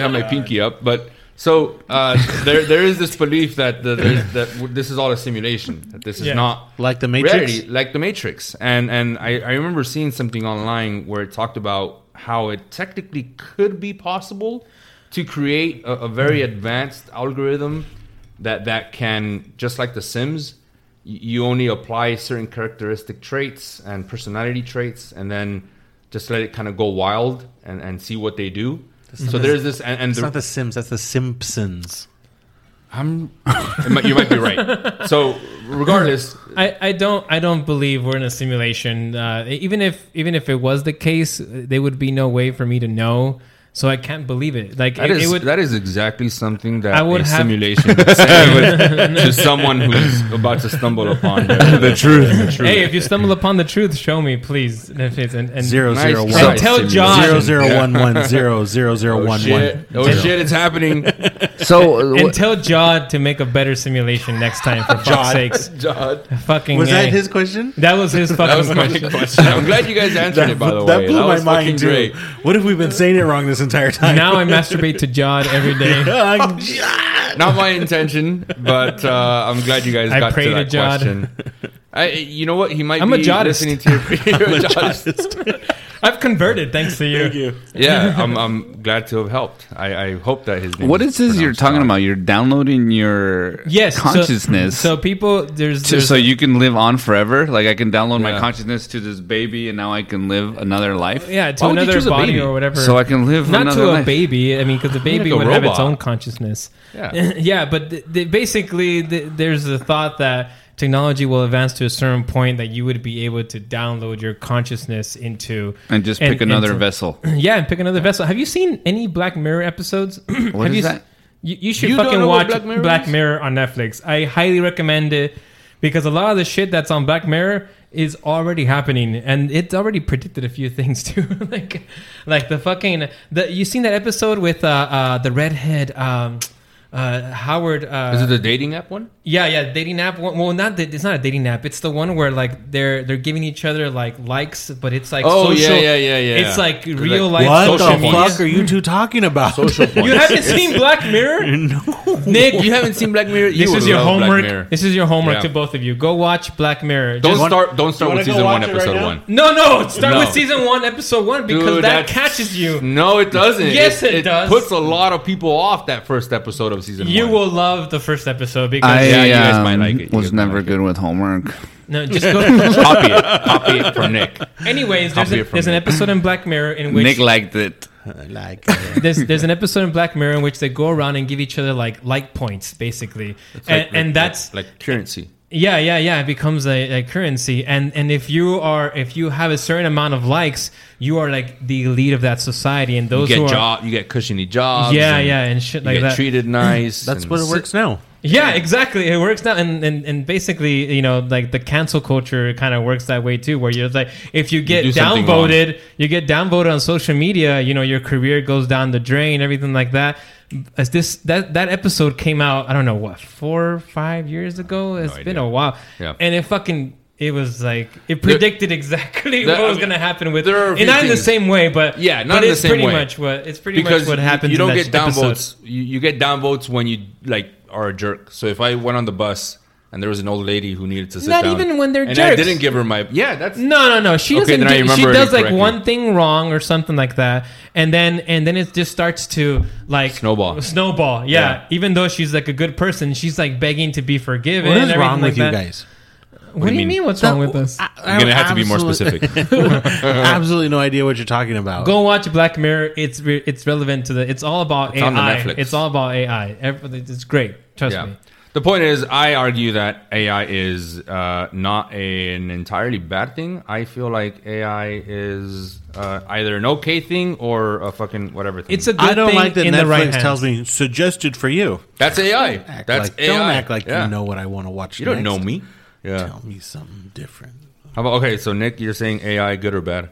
Speaker 5: have my pinky up, but so uh, there there is this belief that the, there's- that w- this is all a simulation. That this is
Speaker 2: Yeah.
Speaker 5: not
Speaker 3: Like the Matrix?
Speaker 5: reality, like the Matrix. And and I, I remember seeing something online where it talked about how it technically could be possible to create a, a very
Speaker 3: Hmm.
Speaker 5: advanced algorithm that that can just like the Sims. y- You only apply certain characteristic traits and personality traits, and then just let it kind of go wild and, and see what they do. So there's this, and, and
Speaker 3: It's not The Sims. That's The Simpsons.
Speaker 5: I'm, it might- you might be right. So regardless,
Speaker 2: I, I don't I don't believe we're in a simulation. Uh, even if even if it was the case, there would be no way for me to know. So I can't believe it. Like
Speaker 5: That
Speaker 2: it,
Speaker 5: is
Speaker 2: it would.
Speaker 5: that is exactly something that
Speaker 2: I would
Speaker 5: a
Speaker 2: have-
Speaker 5: simulation would say to someone who's about to stumble upon their- the truth.
Speaker 2: hey, if you stumble upon the truth, show me, please. If it's- And, and
Speaker 3: Zero
Speaker 5: Nice
Speaker 3: zero one.
Speaker 5: try,
Speaker 2: And tell John.
Speaker 3: Zero zero one one zero zero zero
Speaker 5: Oh
Speaker 3: one one.
Speaker 5: shit! Oh shit! It's happening.
Speaker 4: So
Speaker 2: and tell Jod to make a better simulation next time, for fuck's sakes.
Speaker 5: Jod.
Speaker 2: Fucking
Speaker 3: Was
Speaker 2: A.
Speaker 3: that his question?
Speaker 2: That was his fucking.
Speaker 5: That was my question. I'm glad you guys answered it. By the
Speaker 3: that
Speaker 5: way,
Speaker 3: blew my
Speaker 5: was fucking
Speaker 3: mind too.
Speaker 5: great.
Speaker 3: What if we've been saying it wrong this entire time? Oh,
Speaker 2: now I masturbate to Jod every day.
Speaker 5: Not my intention, but uh, I'm glad you guys
Speaker 2: I
Speaker 5: got
Speaker 2: pray
Speaker 5: to
Speaker 2: to
Speaker 5: that
Speaker 2: Jod.
Speaker 5: question. I, you know what? He might
Speaker 2: I'm a
Speaker 5: be
Speaker 2: Jodist.
Speaker 5: listening to your video.
Speaker 2: I've converted thanks to you.
Speaker 5: Yeah, I'm, I'm glad to have helped. I, I hope that his name.
Speaker 4: what is this you're
Speaker 5: pronounced
Speaker 4: talking
Speaker 5: Jod.
Speaker 4: about? You're downloading your
Speaker 2: Yes, so-
Speaker 4: consciousness.
Speaker 2: So, people, there's,
Speaker 4: to-
Speaker 2: there's
Speaker 4: so you can live on forever. Like I can download my
Speaker 5: Yeah.
Speaker 4: consciousness to this baby, and now I can live another life.
Speaker 2: yeah to
Speaker 5: Why would you
Speaker 2: another
Speaker 5: choose a
Speaker 2: body
Speaker 5: baby?
Speaker 2: or whatever.
Speaker 4: So I can live
Speaker 2: not
Speaker 4: another
Speaker 2: to a
Speaker 4: life.
Speaker 2: baby. I mean, because the baby
Speaker 5: like a
Speaker 2: would have its
Speaker 5: robot.
Speaker 2: own consciousness.
Speaker 5: Yeah.
Speaker 2: yeah, but th- th- basically, th- there's the thought that technology will advance to a certain point that you would be able to download your consciousness into
Speaker 4: and just pick another
Speaker 2: into-
Speaker 4: vessel.
Speaker 2: Yeah, and pick another vessel. Have you seen any Black Mirror episodes? Have
Speaker 4: is
Speaker 2: you, s-
Speaker 4: that?
Speaker 2: You, you should
Speaker 5: You don't
Speaker 2: fucking
Speaker 5: know what
Speaker 2: watch
Speaker 5: Black Mirror
Speaker 2: Black
Speaker 5: is?
Speaker 2: Mirror on Netflix. I highly recommend it because a lot of the shit that's on Black Mirror is already happening, and it's already predicted a few things too. like, like the fucking the you seen that episode with uh, uh, the redhead. Um, uh, Howard. Uh,
Speaker 5: Is it the dating app one?
Speaker 2: yeah, yeah, dating app. Well, well, not that it's not a dating app. It's the one where like they're they're giving each other like likes, but it's like
Speaker 5: Oh, yeah,
Speaker 2: social,
Speaker 5: yeah, yeah, yeah.
Speaker 2: It's like
Speaker 5: Like,
Speaker 2: real life
Speaker 3: What
Speaker 2: social
Speaker 3: the
Speaker 2: media.
Speaker 3: fuck are you two talking about?
Speaker 2: You haven't seen Black Mirror, Nick?
Speaker 5: You haven't seen Black Mirror. You
Speaker 2: this
Speaker 5: would
Speaker 2: is your
Speaker 5: love Black
Speaker 2: homework.
Speaker 5: Mirror.
Speaker 2: This is your homework
Speaker 5: Yeah.
Speaker 2: to both of you. Go watch Black Mirror.
Speaker 5: Don't
Speaker 2: Just-
Speaker 5: start. Don't start
Speaker 3: wanna
Speaker 5: with
Speaker 3: go
Speaker 5: season one,
Speaker 3: watch it right
Speaker 5: episode
Speaker 3: now?
Speaker 5: one.
Speaker 2: no, no. Start
Speaker 5: No.
Speaker 2: with season one, episode one, because
Speaker 5: Dude,
Speaker 2: that
Speaker 5: that's-
Speaker 2: catches you.
Speaker 5: No, it doesn't.
Speaker 2: Yes, it does.
Speaker 5: Puts a lot of people off that first episode of season
Speaker 2: You
Speaker 5: one.
Speaker 2: will love the first episode because
Speaker 4: I
Speaker 5: Yeah, you guys might
Speaker 4: um,
Speaker 5: like it. You
Speaker 4: was
Speaker 5: guys might
Speaker 4: never
Speaker 5: like
Speaker 4: good with homework.
Speaker 2: no, just go.
Speaker 5: copy it. Copy it from Nick.
Speaker 2: Anyways, there's,
Speaker 5: Copy
Speaker 2: a,
Speaker 5: it from
Speaker 2: there's an
Speaker 5: me.
Speaker 2: episode in Black Mirror in which
Speaker 4: Nick liked it.
Speaker 3: like,
Speaker 2: there's there's an episode in Black Mirror in which they go around and give each other like like points basically, and, and that's
Speaker 5: like currency.
Speaker 2: Yeah, yeah, yeah. It becomes a, a currency, and and if you are if you have a certain amount of likes, you are like the elite of that society, and
Speaker 5: You
Speaker 2: those who
Speaker 5: get
Speaker 2: are
Speaker 5: job, you get cushiony jobs.
Speaker 2: Yeah,
Speaker 5: and
Speaker 2: yeah, and shit
Speaker 5: you
Speaker 2: like
Speaker 5: get
Speaker 2: that.
Speaker 5: Treated nice.
Speaker 3: That's
Speaker 5: and-
Speaker 3: what it works now.
Speaker 2: Yeah, exactly. It works now, and, and and basically, you know, like the cancel culture kind of works that way too, where you're like, if you get
Speaker 5: do something
Speaker 2: downvoted, you get downvoted on social media, you know, your career goes down the drain, everything like that. As this that that episode came out, I don't know what four five years ago. It's been
Speaker 5: idea.
Speaker 2: a while,
Speaker 5: Yeah.
Speaker 2: and it fucking. It was like it predicted exactly
Speaker 5: there-
Speaker 2: what
Speaker 5: I
Speaker 2: was
Speaker 5: mean,
Speaker 2: going to happen with,
Speaker 5: there are a
Speaker 2: and
Speaker 5: few
Speaker 2: not in the
Speaker 5: things.
Speaker 2: same way, but
Speaker 5: Yeah, not
Speaker 2: but
Speaker 5: in the
Speaker 2: it's
Speaker 5: same
Speaker 2: pretty
Speaker 5: way.
Speaker 2: much what it's pretty much what happens.
Speaker 5: You
Speaker 2: in
Speaker 5: don't
Speaker 2: that
Speaker 5: get
Speaker 2: episode.
Speaker 5: downvotes. You, you get downvotes when you like are a jerk. So if I went on the bus and there was an old lady who needed to sit
Speaker 2: Not
Speaker 5: down,
Speaker 2: even when they're
Speaker 5: and I
Speaker 2: jerks.
Speaker 5: didn't give her my yeah, that's
Speaker 2: No, no, no. She
Speaker 5: Okay,
Speaker 2: doesn't.
Speaker 5: then I
Speaker 2: Do, she
Speaker 5: remember it
Speaker 2: does like
Speaker 5: incorrectly.
Speaker 2: one thing wrong or something like that, and then and then it just starts to like
Speaker 5: Snowball.
Speaker 2: Snowball. Yeah.
Speaker 5: Yeah.
Speaker 2: Even though she's like a good person, she's like begging to be forgiven.
Speaker 3: What
Speaker 2: and
Speaker 3: is
Speaker 2: everything
Speaker 3: wrong
Speaker 2: like
Speaker 3: with you
Speaker 2: that.
Speaker 3: guys?
Speaker 2: What, do you mean? What's wrong with us?
Speaker 5: I'm gonna have to be more specific.
Speaker 3: absolutely no idea what you're talking about.
Speaker 2: Go watch Black Mirror. It's re- it's relevant to the. It's all about
Speaker 5: It's
Speaker 2: AI.
Speaker 5: on the Netflix.
Speaker 2: It's all about AI. Everything. It's great. Trust
Speaker 5: yeah.
Speaker 2: me.
Speaker 5: The point is, I argue that AI is uh, not an entirely bad thing. I feel like AI is uh, either an okay thing or a fucking whatever thing.
Speaker 2: It's a good
Speaker 3: I don't
Speaker 2: thing
Speaker 3: like that
Speaker 2: in
Speaker 3: Netflix
Speaker 2: the right
Speaker 3: tells
Speaker 2: hands.
Speaker 3: me suggested for you.
Speaker 5: that's AI.
Speaker 3: Act
Speaker 5: that's
Speaker 3: like,
Speaker 5: AI.
Speaker 3: Don't act like
Speaker 5: Yeah.
Speaker 3: you know what I want to watch.
Speaker 5: You
Speaker 3: next.
Speaker 5: don't know me. Yeah.
Speaker 3: Tell me something different.
Speaker 5: How about okay? So Nick, you're saying AI good or bad?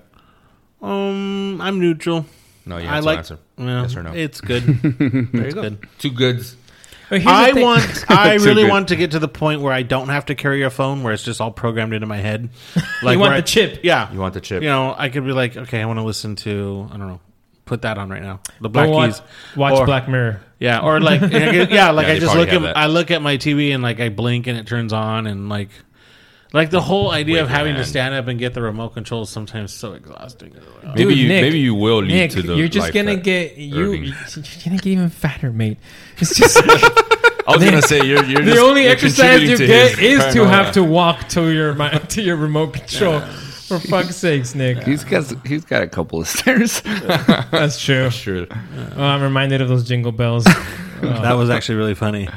Speaker 3: Um, I'm neutral.
Speaker 5: No, you
Speaker 3: I
Speaker 5: have to
Speaker 3: like.
Speaker 5: answer.
Speaker 3: well,
Speaker 5: yes or no?
Speaker 3: It's good.
Speaker 5: there you go. Two goods.
Speaker 2: But here's the
Speaker 3: I
Speaker 2: thing.
Speaker 3: want. I
Speaker 5: Too
Speaker 3: really
Speaker 5: good.
Speaker 3: want to get to the point where I don't have to carry a phone, where it's just all programmed into my head. Like
Speaker 2: You want
Speaker 3: where
Speaker 2: the
Speaker 3: I-
Speaker 2: chip.
Speaker 3: Yeah,
Speaker 5: You want the chip?
Speaker 3: You know, I could be like, okay, I want to listen to. I don't know. Put that on right now. The Black
Speaker 2: Go watch,
Speaker 3: Keys.
Speaker 2: watch
Speaker 3: Or-
Speaker 2: Black Mirror.
Speaker 3: Yeah, or like yeah, like
Speaker 5: Yeah,
Speaker 3: I
Speaker 5: they
Speaker 3: just
Speaker 5: probably
Speaker 3: look at
Speaker 5: have that.
Speaker 3: I look at my TV and like I blink and it turns on and like like the whole idea
Speaker 5: Wave
Speaker 3: of
Speaker 5: your
Speaker 3: having to
Speaker 5: hand.
Speaker 3: stand up and get the remote control is sometimes so exhausting.
Speaker 5: Maybe
Speaker 2: Dude,
Speaker 5: you.
Speaker 2: Nick,
Speaker 5: maybe you will lead
Speaker 2: Nick,
Speaker 5: to the.
Speaker 2: you're just
Speaker 5: life
Speaker 2: gonna
Speaker 5: that
Speaker 2: get you.
Speaker 5: Irving-
Speaker 2: You're gonna get even fatter, mate. It's just
Speaker 5: I was gonna say you're. you're
Speaker 2: the
Speaker 5: just,
Speaker 2: only
Speaker 5: you're
Speaker 2: exercise you
Speaker 5: contributing
Speaker 2: get is
Speaker 5: his
Speaker 2: to
Speaker 5: paranoia.
Speaker 2: have to walk to your mi- to your remote control. For fuck's sakes, Nick.
Speaker 4: He's got he's got a couple of stairs.
Speaker 2: That's true.
Speaker 5: Sure.
Speaker 2: Oh, I'm reminded of those jingle bells.
Speaker 3: That was actually really funny.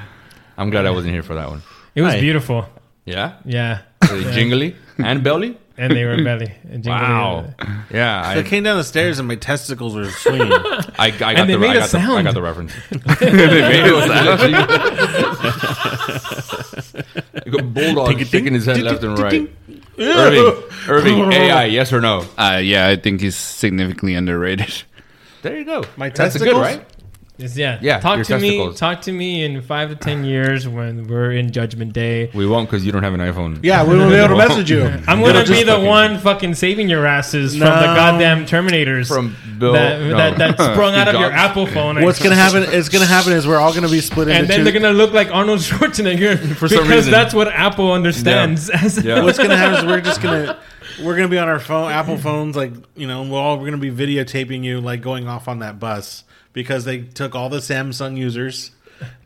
Speaker 5: I'm glad I wasn't here for that one.
Speaker 2: It was
Speaker 3: Hi.
Speaker 2: beautiful.
Speaker 5: Yeah.
Speaker 2: Yeah,
Speaker 5: Really Jingly and belly.
Speaker 2: and they were belly. and jingly.
Speaker 5: Wow. Yeah.
Speaker 3: I
Speaker 5: I,
Speaker 3: came down the stairs and my testicles were swinging. I
Speaker 5: I, I got
Speaker 2: they
Speaker 5: the.
Speaker 2: made
Speaker 5: I
Speaker 2: a
Speaker 5: got the, I
Speaker 2: sound.
Speaker 5: got the reference. they made a sound. like a bulldog shaking his head left and right. Irving, Irving, AI, yes or no?
Speaker 4: uh, yeah, I think he's significantly underrated.
Speaker 5: There you go.
Speaker 3: My
Speaker 5: That's a good,
Speaker 3: testicles?
Speaker 5: right?
Speaker 2: It's- yeah.
Speaker 5: Yeah,
Speaker 2: Talk
Speaker 5: your
Speaker 2: to me.
Speaker 5: testicles.
Speaker 2: Talk to me in five to ten years when we're in Judgment Day.
Speaker 5: We won't because you don't have an iPhone.
Speaker 3: Yeah, we won't be able to message you.
Speaker 2: I'm gonna
Speaker 5: just
Speaker 2: be the
Speaker 5: fucking-
Speaker 2: one fucking saving your asses from the
Speaker 3: No.
Speaker 2: goddamn Terminators
Speaker 5: From Bill-
Speaker 2: that,
Speaker 5: no.
Speaker 2: that, that sprung out of your
Speaker 5: Jobs.
Speaker 2: Apple phone.
Speaker 3: What's gonna happen? It's gonna happen is we're all gonna be split into
Speaker 2: And then
Speaker 3: two.
Speaker 2: they're gonna look like Arnold Schwarzenegger for
Speaker 5: some
Speaker 2: because
Speaker 5: reason.
Speaker 2: that's what Apple understands. As
Speaker 5: Yeah.
Speaker 3: What's gonna happen is we're just gonna we're gonna be on our phone, Apple phones, like you know, we're all we're gonna be videotaping you, like going off on that bus because they took all the Samsung users,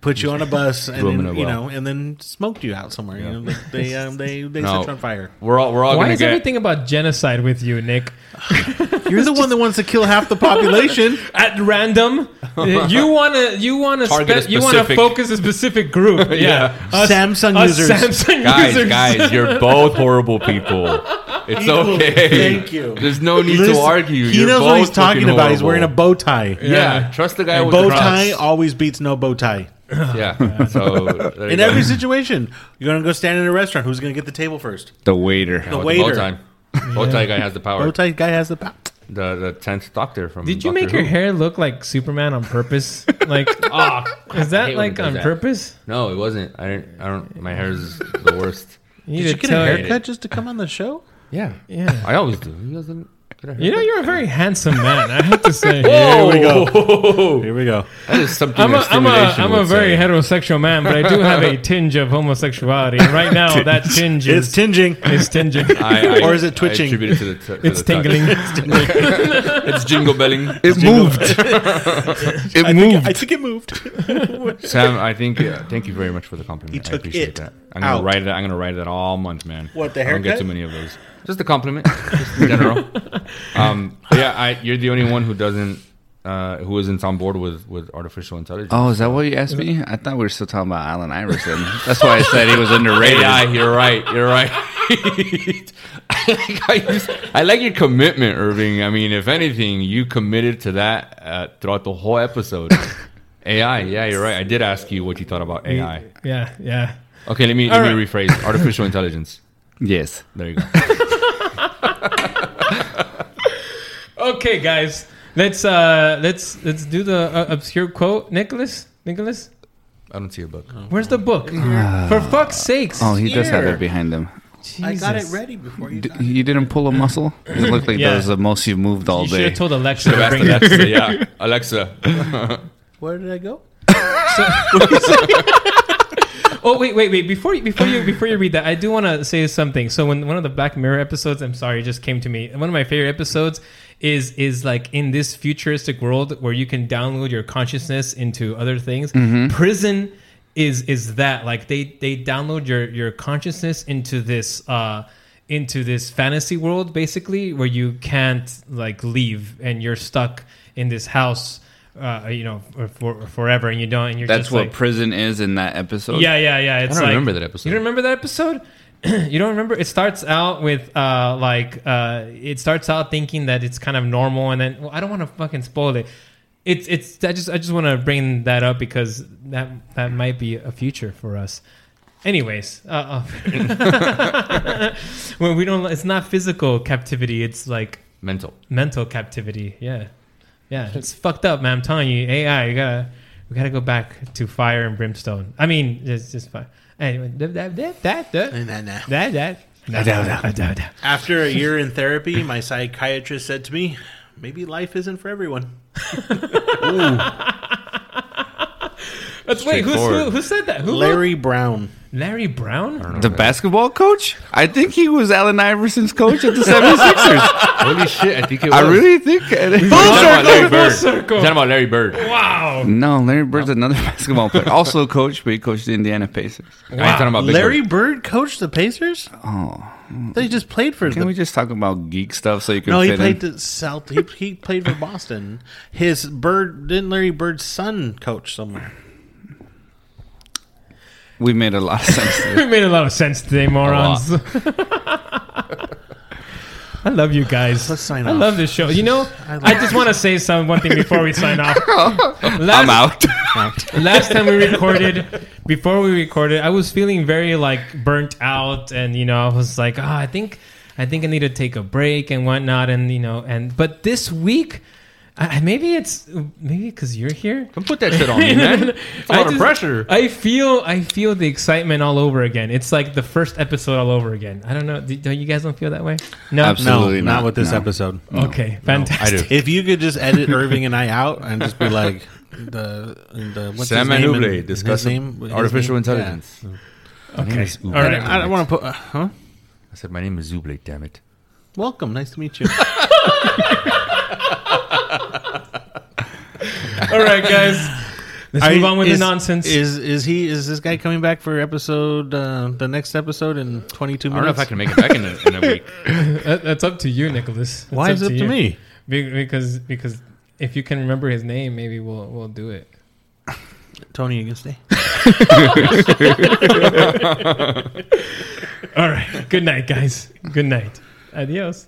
Speaker 3: put you on a bus, and
Speaker 5: them in
Speaker 3: then,
Speaker 5: a
Speaker 3: you
Speaker 5: well.
Speaker 3: know, and then smoked you out somewhere. You know, like they um, they they
Speaker 5: No.
Speaker 3: set you on fire.
Speaker 5: We're all we're all
Speaker 2: Why
Speaker 5: gonna
Speaker 2: is
Speaker 5: get.
Speaker 2: everything about genocide with you, Nick?
Speaker 3: You're the one that wants to kill half the population.
Speaker 2: At random, you wanna you wanna
Speaker 5: Target a
Speaker 2: spe- you wanna
Speaker 5: specific-
Speaker 2: focus a specific group. Yeah, Us-
Speaker 3: Samsung
Speaker 2: us
Speaker 3: users.
Speaker 2: Samsung
Speaker 5: guys,
Speaker 2: users.
Speaker 5: guys, you're both horrible people. It's okay.
Speaker 3: Thank you.
Speaker 5: There's no need to
Speaker 3: Listen,
Speaker 5: argue.
Speaker 3: He
Speaker 5: You're
Speaker 3: knows
Speaker 5: both
Speaker 3: what he's talking
Speaker 5: fucking
Speaker 3: about. He's wearing a bow
Speaker 5: horrible.
Speaker 3: tie.
Speaker 5: Yeah, trust the guy with
Speaker 3: Bow
Speaker 5: the
Speaker 3: tie
Speaker 5: cross.
Speaker 3: always beats no bow tie.
Speaker 5: Yeah. So there you
Speaker 3: In
Speaker 5: go.
Speaker 3: every situation, you're gonna go stand in a restaurant. Who's gonna get the table first?
Speaker 4: The waiter.
Speaker 5: With
Speaker 3: waiter.
Speaker 5: The bow tie. Bow tie guy has the
Speaker 3: Bow
Speaker 5: power.
Speaker 3: tie guy has the power.
Speaker 5: The the tenth doctor from.
Speaker 2: Did you
Speaker 5: Doctor
Speaker 2: make your
Speaker 5: Who.
Speaker 2: hair look like Superman on purpose? Like, ah, is
Speaker 5: I
Speaker 2: that
Speaker 5: hate when it
Speaker 2: like
Speaker 5: does
Speaker 2: on
Speaker 5: that.
Speaker 2: purpose?
Speaker 5: No, it wasn't. I don't. I don't. My hair is the worst.
Speaker 2: You
Speaker 3: Did
Speaker 2: need
Speaker 3: you
Speaker 2: to
Speaker 3: get a
Speaker 2: tell-
Speaker 3: haircut just to come on the show?
Speaker 5: Yeah.
Speaker 2: Yeah.
Speaker 5: I always do. You guys didn't get a haircut.
Speaker 2: You know, you're a very handsome man. I have to say.
Speaker 5: Whoa!
Speaker 3: Here we go.
Speaker 5: That is something
Speaker 2: I'm a,
Speaker 5: that
Speaker 2: I'm a,
Speaker 5: stimulation
Speaker 2: I'm a
Speaker 5: would
Speaker 2: very
Speaker 5: say.
Speaker 2: heterosexual man, but I do have a tinge of homosexuality. And right now, that tinge
Speaker 3: It's
Speaker 2: is,
Speaker 3: tinging.
Speaker 2: is tinging.
Speaker 5: I- I-
Speaker 3: Or is it
Speaker 5: I
Speaker 3: twitching?
Speaker 5: attribute it to the t- to
Speaker 2: It's
Speaker 5: the touch.
Speaker 2: tingling.
Speaker 5: It's jingle belling.
Speaker 4: It moved. it moved.
Speaker 3: I think it moved.
Speaker 5: Sam, I think uh, thank you very much for the compliment. I
Speaker 3: took
Speaker 5: appreciate
Speaker 3: it
Speaker 5: that. I'm gonna
Speaker 3: out.
Speaker 5: write it. I'm gonna write that all month, man.
Speaker 3: What, the
Speaker 5: I don't get
Speaker 3: haircut?
Speaker 5: too many of those. Just a compliment, just in general. um, but yeah, I, you're the only one who doesn't uh, who isn't on board with, with artificial intelligence.
Speaker 4: Oh, is that what you asked me? I thought we were still talking about Alan Iverson. That's why I said he was underrated.
Speaker 5: AI, you're right. You're right. I, like, I, just- I like your commitment, Irving. I mean, if anything, you committed to that uh, throughout the whole episode. AI, yeah, you're right. I did ask you what you thought about AI.
Speaker 2: Yeah, yeah.
Speaker 5: Okay, let me let me rephrase. Artificial intelligence.
Speaker 4: Yes.
Speaker 5: There you go.
Speaker 2: Okay, guys, let's uh let's let's do the uh, obscure quote. Nicholas, Nicholas,
Speaker 5: I don't see a book.
Speaker 2: where's the book? For fuck's sakes!
Speaker 4: Mm-hmm. Oh, he does have
Speaker 3: Here.
Speaker 4: it behind him.
Speaker 3: I got it ready before you.
Speaker 4: D- you didn't pull a muscle. It looked like
Speaker 2: Yeah.
Speaker 4: that was the most you've moved all
Speaker 2: You should
Speaker 4: day.
Speaker 2: have told Alexa to
Speaker 5: I've
Speaker 2: bring
Speaker 5: asked
Speaker 2: it.
Speaker 5: Alexa, yeah, Alexa.
Speaker 3: Where did I go?
Speaker 2: Oh wait, wait, wait! Before you, before you, before you read that, I do want to say something. So when one of the Black Mirror episodes, I'm sorry, it just came to me. One of my favorite episodes is is like in this futuristic world where you can download your consciousness into other things.
Speaker 4: Mm-hmm.
Speaker 2: Prison is is that like they they download your your consciousness into this uh into this fantasy world basically where you can't like leave and you're stuck in this house uh you know for, forever and you don't and you're
Speaker 4: That's
Speaker 2: just
Speaker 4: what
Speaker 2: like,
Speaker 4: prison is in that episode.
Speaker 2: yeah, yeah, yeah. It's
Speaker 5: don't
Speaker 2: like-
Speaker 5: remember that episode.
Speaker 2: You don't remember that episode? you don't remember? It starts out with uh, like uh, it starts out thinking that it's kind of normal, and then well, I don't want to fucking spoil it. It's it's I just I just want to bring that up because that that might be a future for us. Anyways, uh, uh, when we don't, it's not physical captivity. It's like
Speaker 5: Mental.
Speaker 2: mental captivity. Yeah, yeah, it's fucked up, man. I'm telling you, AI. You gotta, we gotta go back to fire and brimstone. I mean, it's just fine. Anyway, that that that that that
Speaker 3: Nah, nah.
Speaker 2: that that. No, no, no, no, no.
Speaker 3: After a year in therapy, my psychiatrist said to me, "Maybe life isn't for everyone."
Speaker 2: But Wait, who's, who,
Speaker 5: Straightforward.
Speaker 2: who said that? Who wrote-
Speaker 3: Larry Brown.
Speaker 2: Larry Brown?
Speaker 4: The basketball coach? I think he was Allen Iverson's coach at the 76ers.
Speaker 5: Holy shit! I think it was.
Speaker 4: I really think.
Speaker 5: We're talking about Larry
Speaker 2: full
Speaker 5: Bird.
Speaker 2: circle.
Speaker 5: We're talking about Larry Bird.
Speaker 2: Wow.
Speaker 4: No, Larry Bird's another basketball player. Also a coach, but he coached the Indiana Pacers.
Speaker 5: I ain't talking about Big
Speaker 3: Larry
Speaker 5: Bird.
Speaker 3: Bird coached the Pacers. Oh, they just played for.
Speaker 4: Can
Speaker 3: the-
Speaker 4: we just talk about geek stuff so you can
Speaker 3: no,
Speaker 4: fit
Speaker 3: he played
Speaker 4: in?
Speaker 3: the South. He, he played for Boston. His Bird didn't Larry Bird's son coach somewhere.
Speaker 4: we made a lot of sense.
Speaker 2: It made a lot of sense today, morons. I love you guys.
Speaker 3: Let's sign
Speaker 2: I
Speaker 3: off.
Speaker 2: love this show. You know, I, just want to say some one thing before we sign off.
Speaker 4: I'm out.
Speaker 2: last time we recorded before we recorded i was feeling very like burnt out and you know i was like ah, i think i think i need to take a break and whatnot and you know and but this week I, I- maybe it's maybe because you're here
Speaker 5: Don't put that shit on me, man. It's a
Speaker 2: I
Speaker 5: lot of
Speaker 2: just-
Speaker 5: pressure.
Speaker 2: i feel i feel the excitement all over again it's like the first episode all over again i don't know do, don't you guys don't feel that way no
Speaker 4: Absolutely
Speaker 3: no, not,
Speaker 4: not.
Speaker 3: with this
Speaker 4: No.
Speaker 3: episode.
Speaker 2: okay fantastic
Speaker 5: do.
Speaker 3: If you could just edit Irving and I out and just be like the the what's
Speaker 5: Sam
Speaker 3: his name and-
Speaker 5: Manuble
Speaker 3: his
Speaker 5: discussing
Speaker 3: name? His
Speaker 5: artificial
Speaker 3: name?
Speaker 5: intelligence.
Speaker 2: okay all
Speaker 3: Yeah.
Speaker 2: right
Speaker 3: I, I don't want to put. Uh, huh?
Speaker 5: I said, my name is Zublade, damn it.
Speaker 3: Welcome. Nice to meet you.
Speaker 2: all right guys let's
Speaker 3: Are-
Speaker 2: move on with
Speaker 3: is-
Speaker 2: the nonsense
Speaker 3: Is is he is this guy coming back for episode uh, the next episode in twenty two
Speaker 5: I don't know
Speaker 3: minutes?
Speaker 5: if I can make it back in a, in a week.
Speaker 2: That, Uh, that's up to you, Nicholas. That's
Speaker 3: Why is it up to
Speaker 2: you.
Speaker 3: me?
Speaker 2: Be- Because because if you can remember his name, maybe we'll we'll do it.
Speaker 3: Tony, you can stay.
Speaker 2: All right. Good night, guys. Good night. Adios.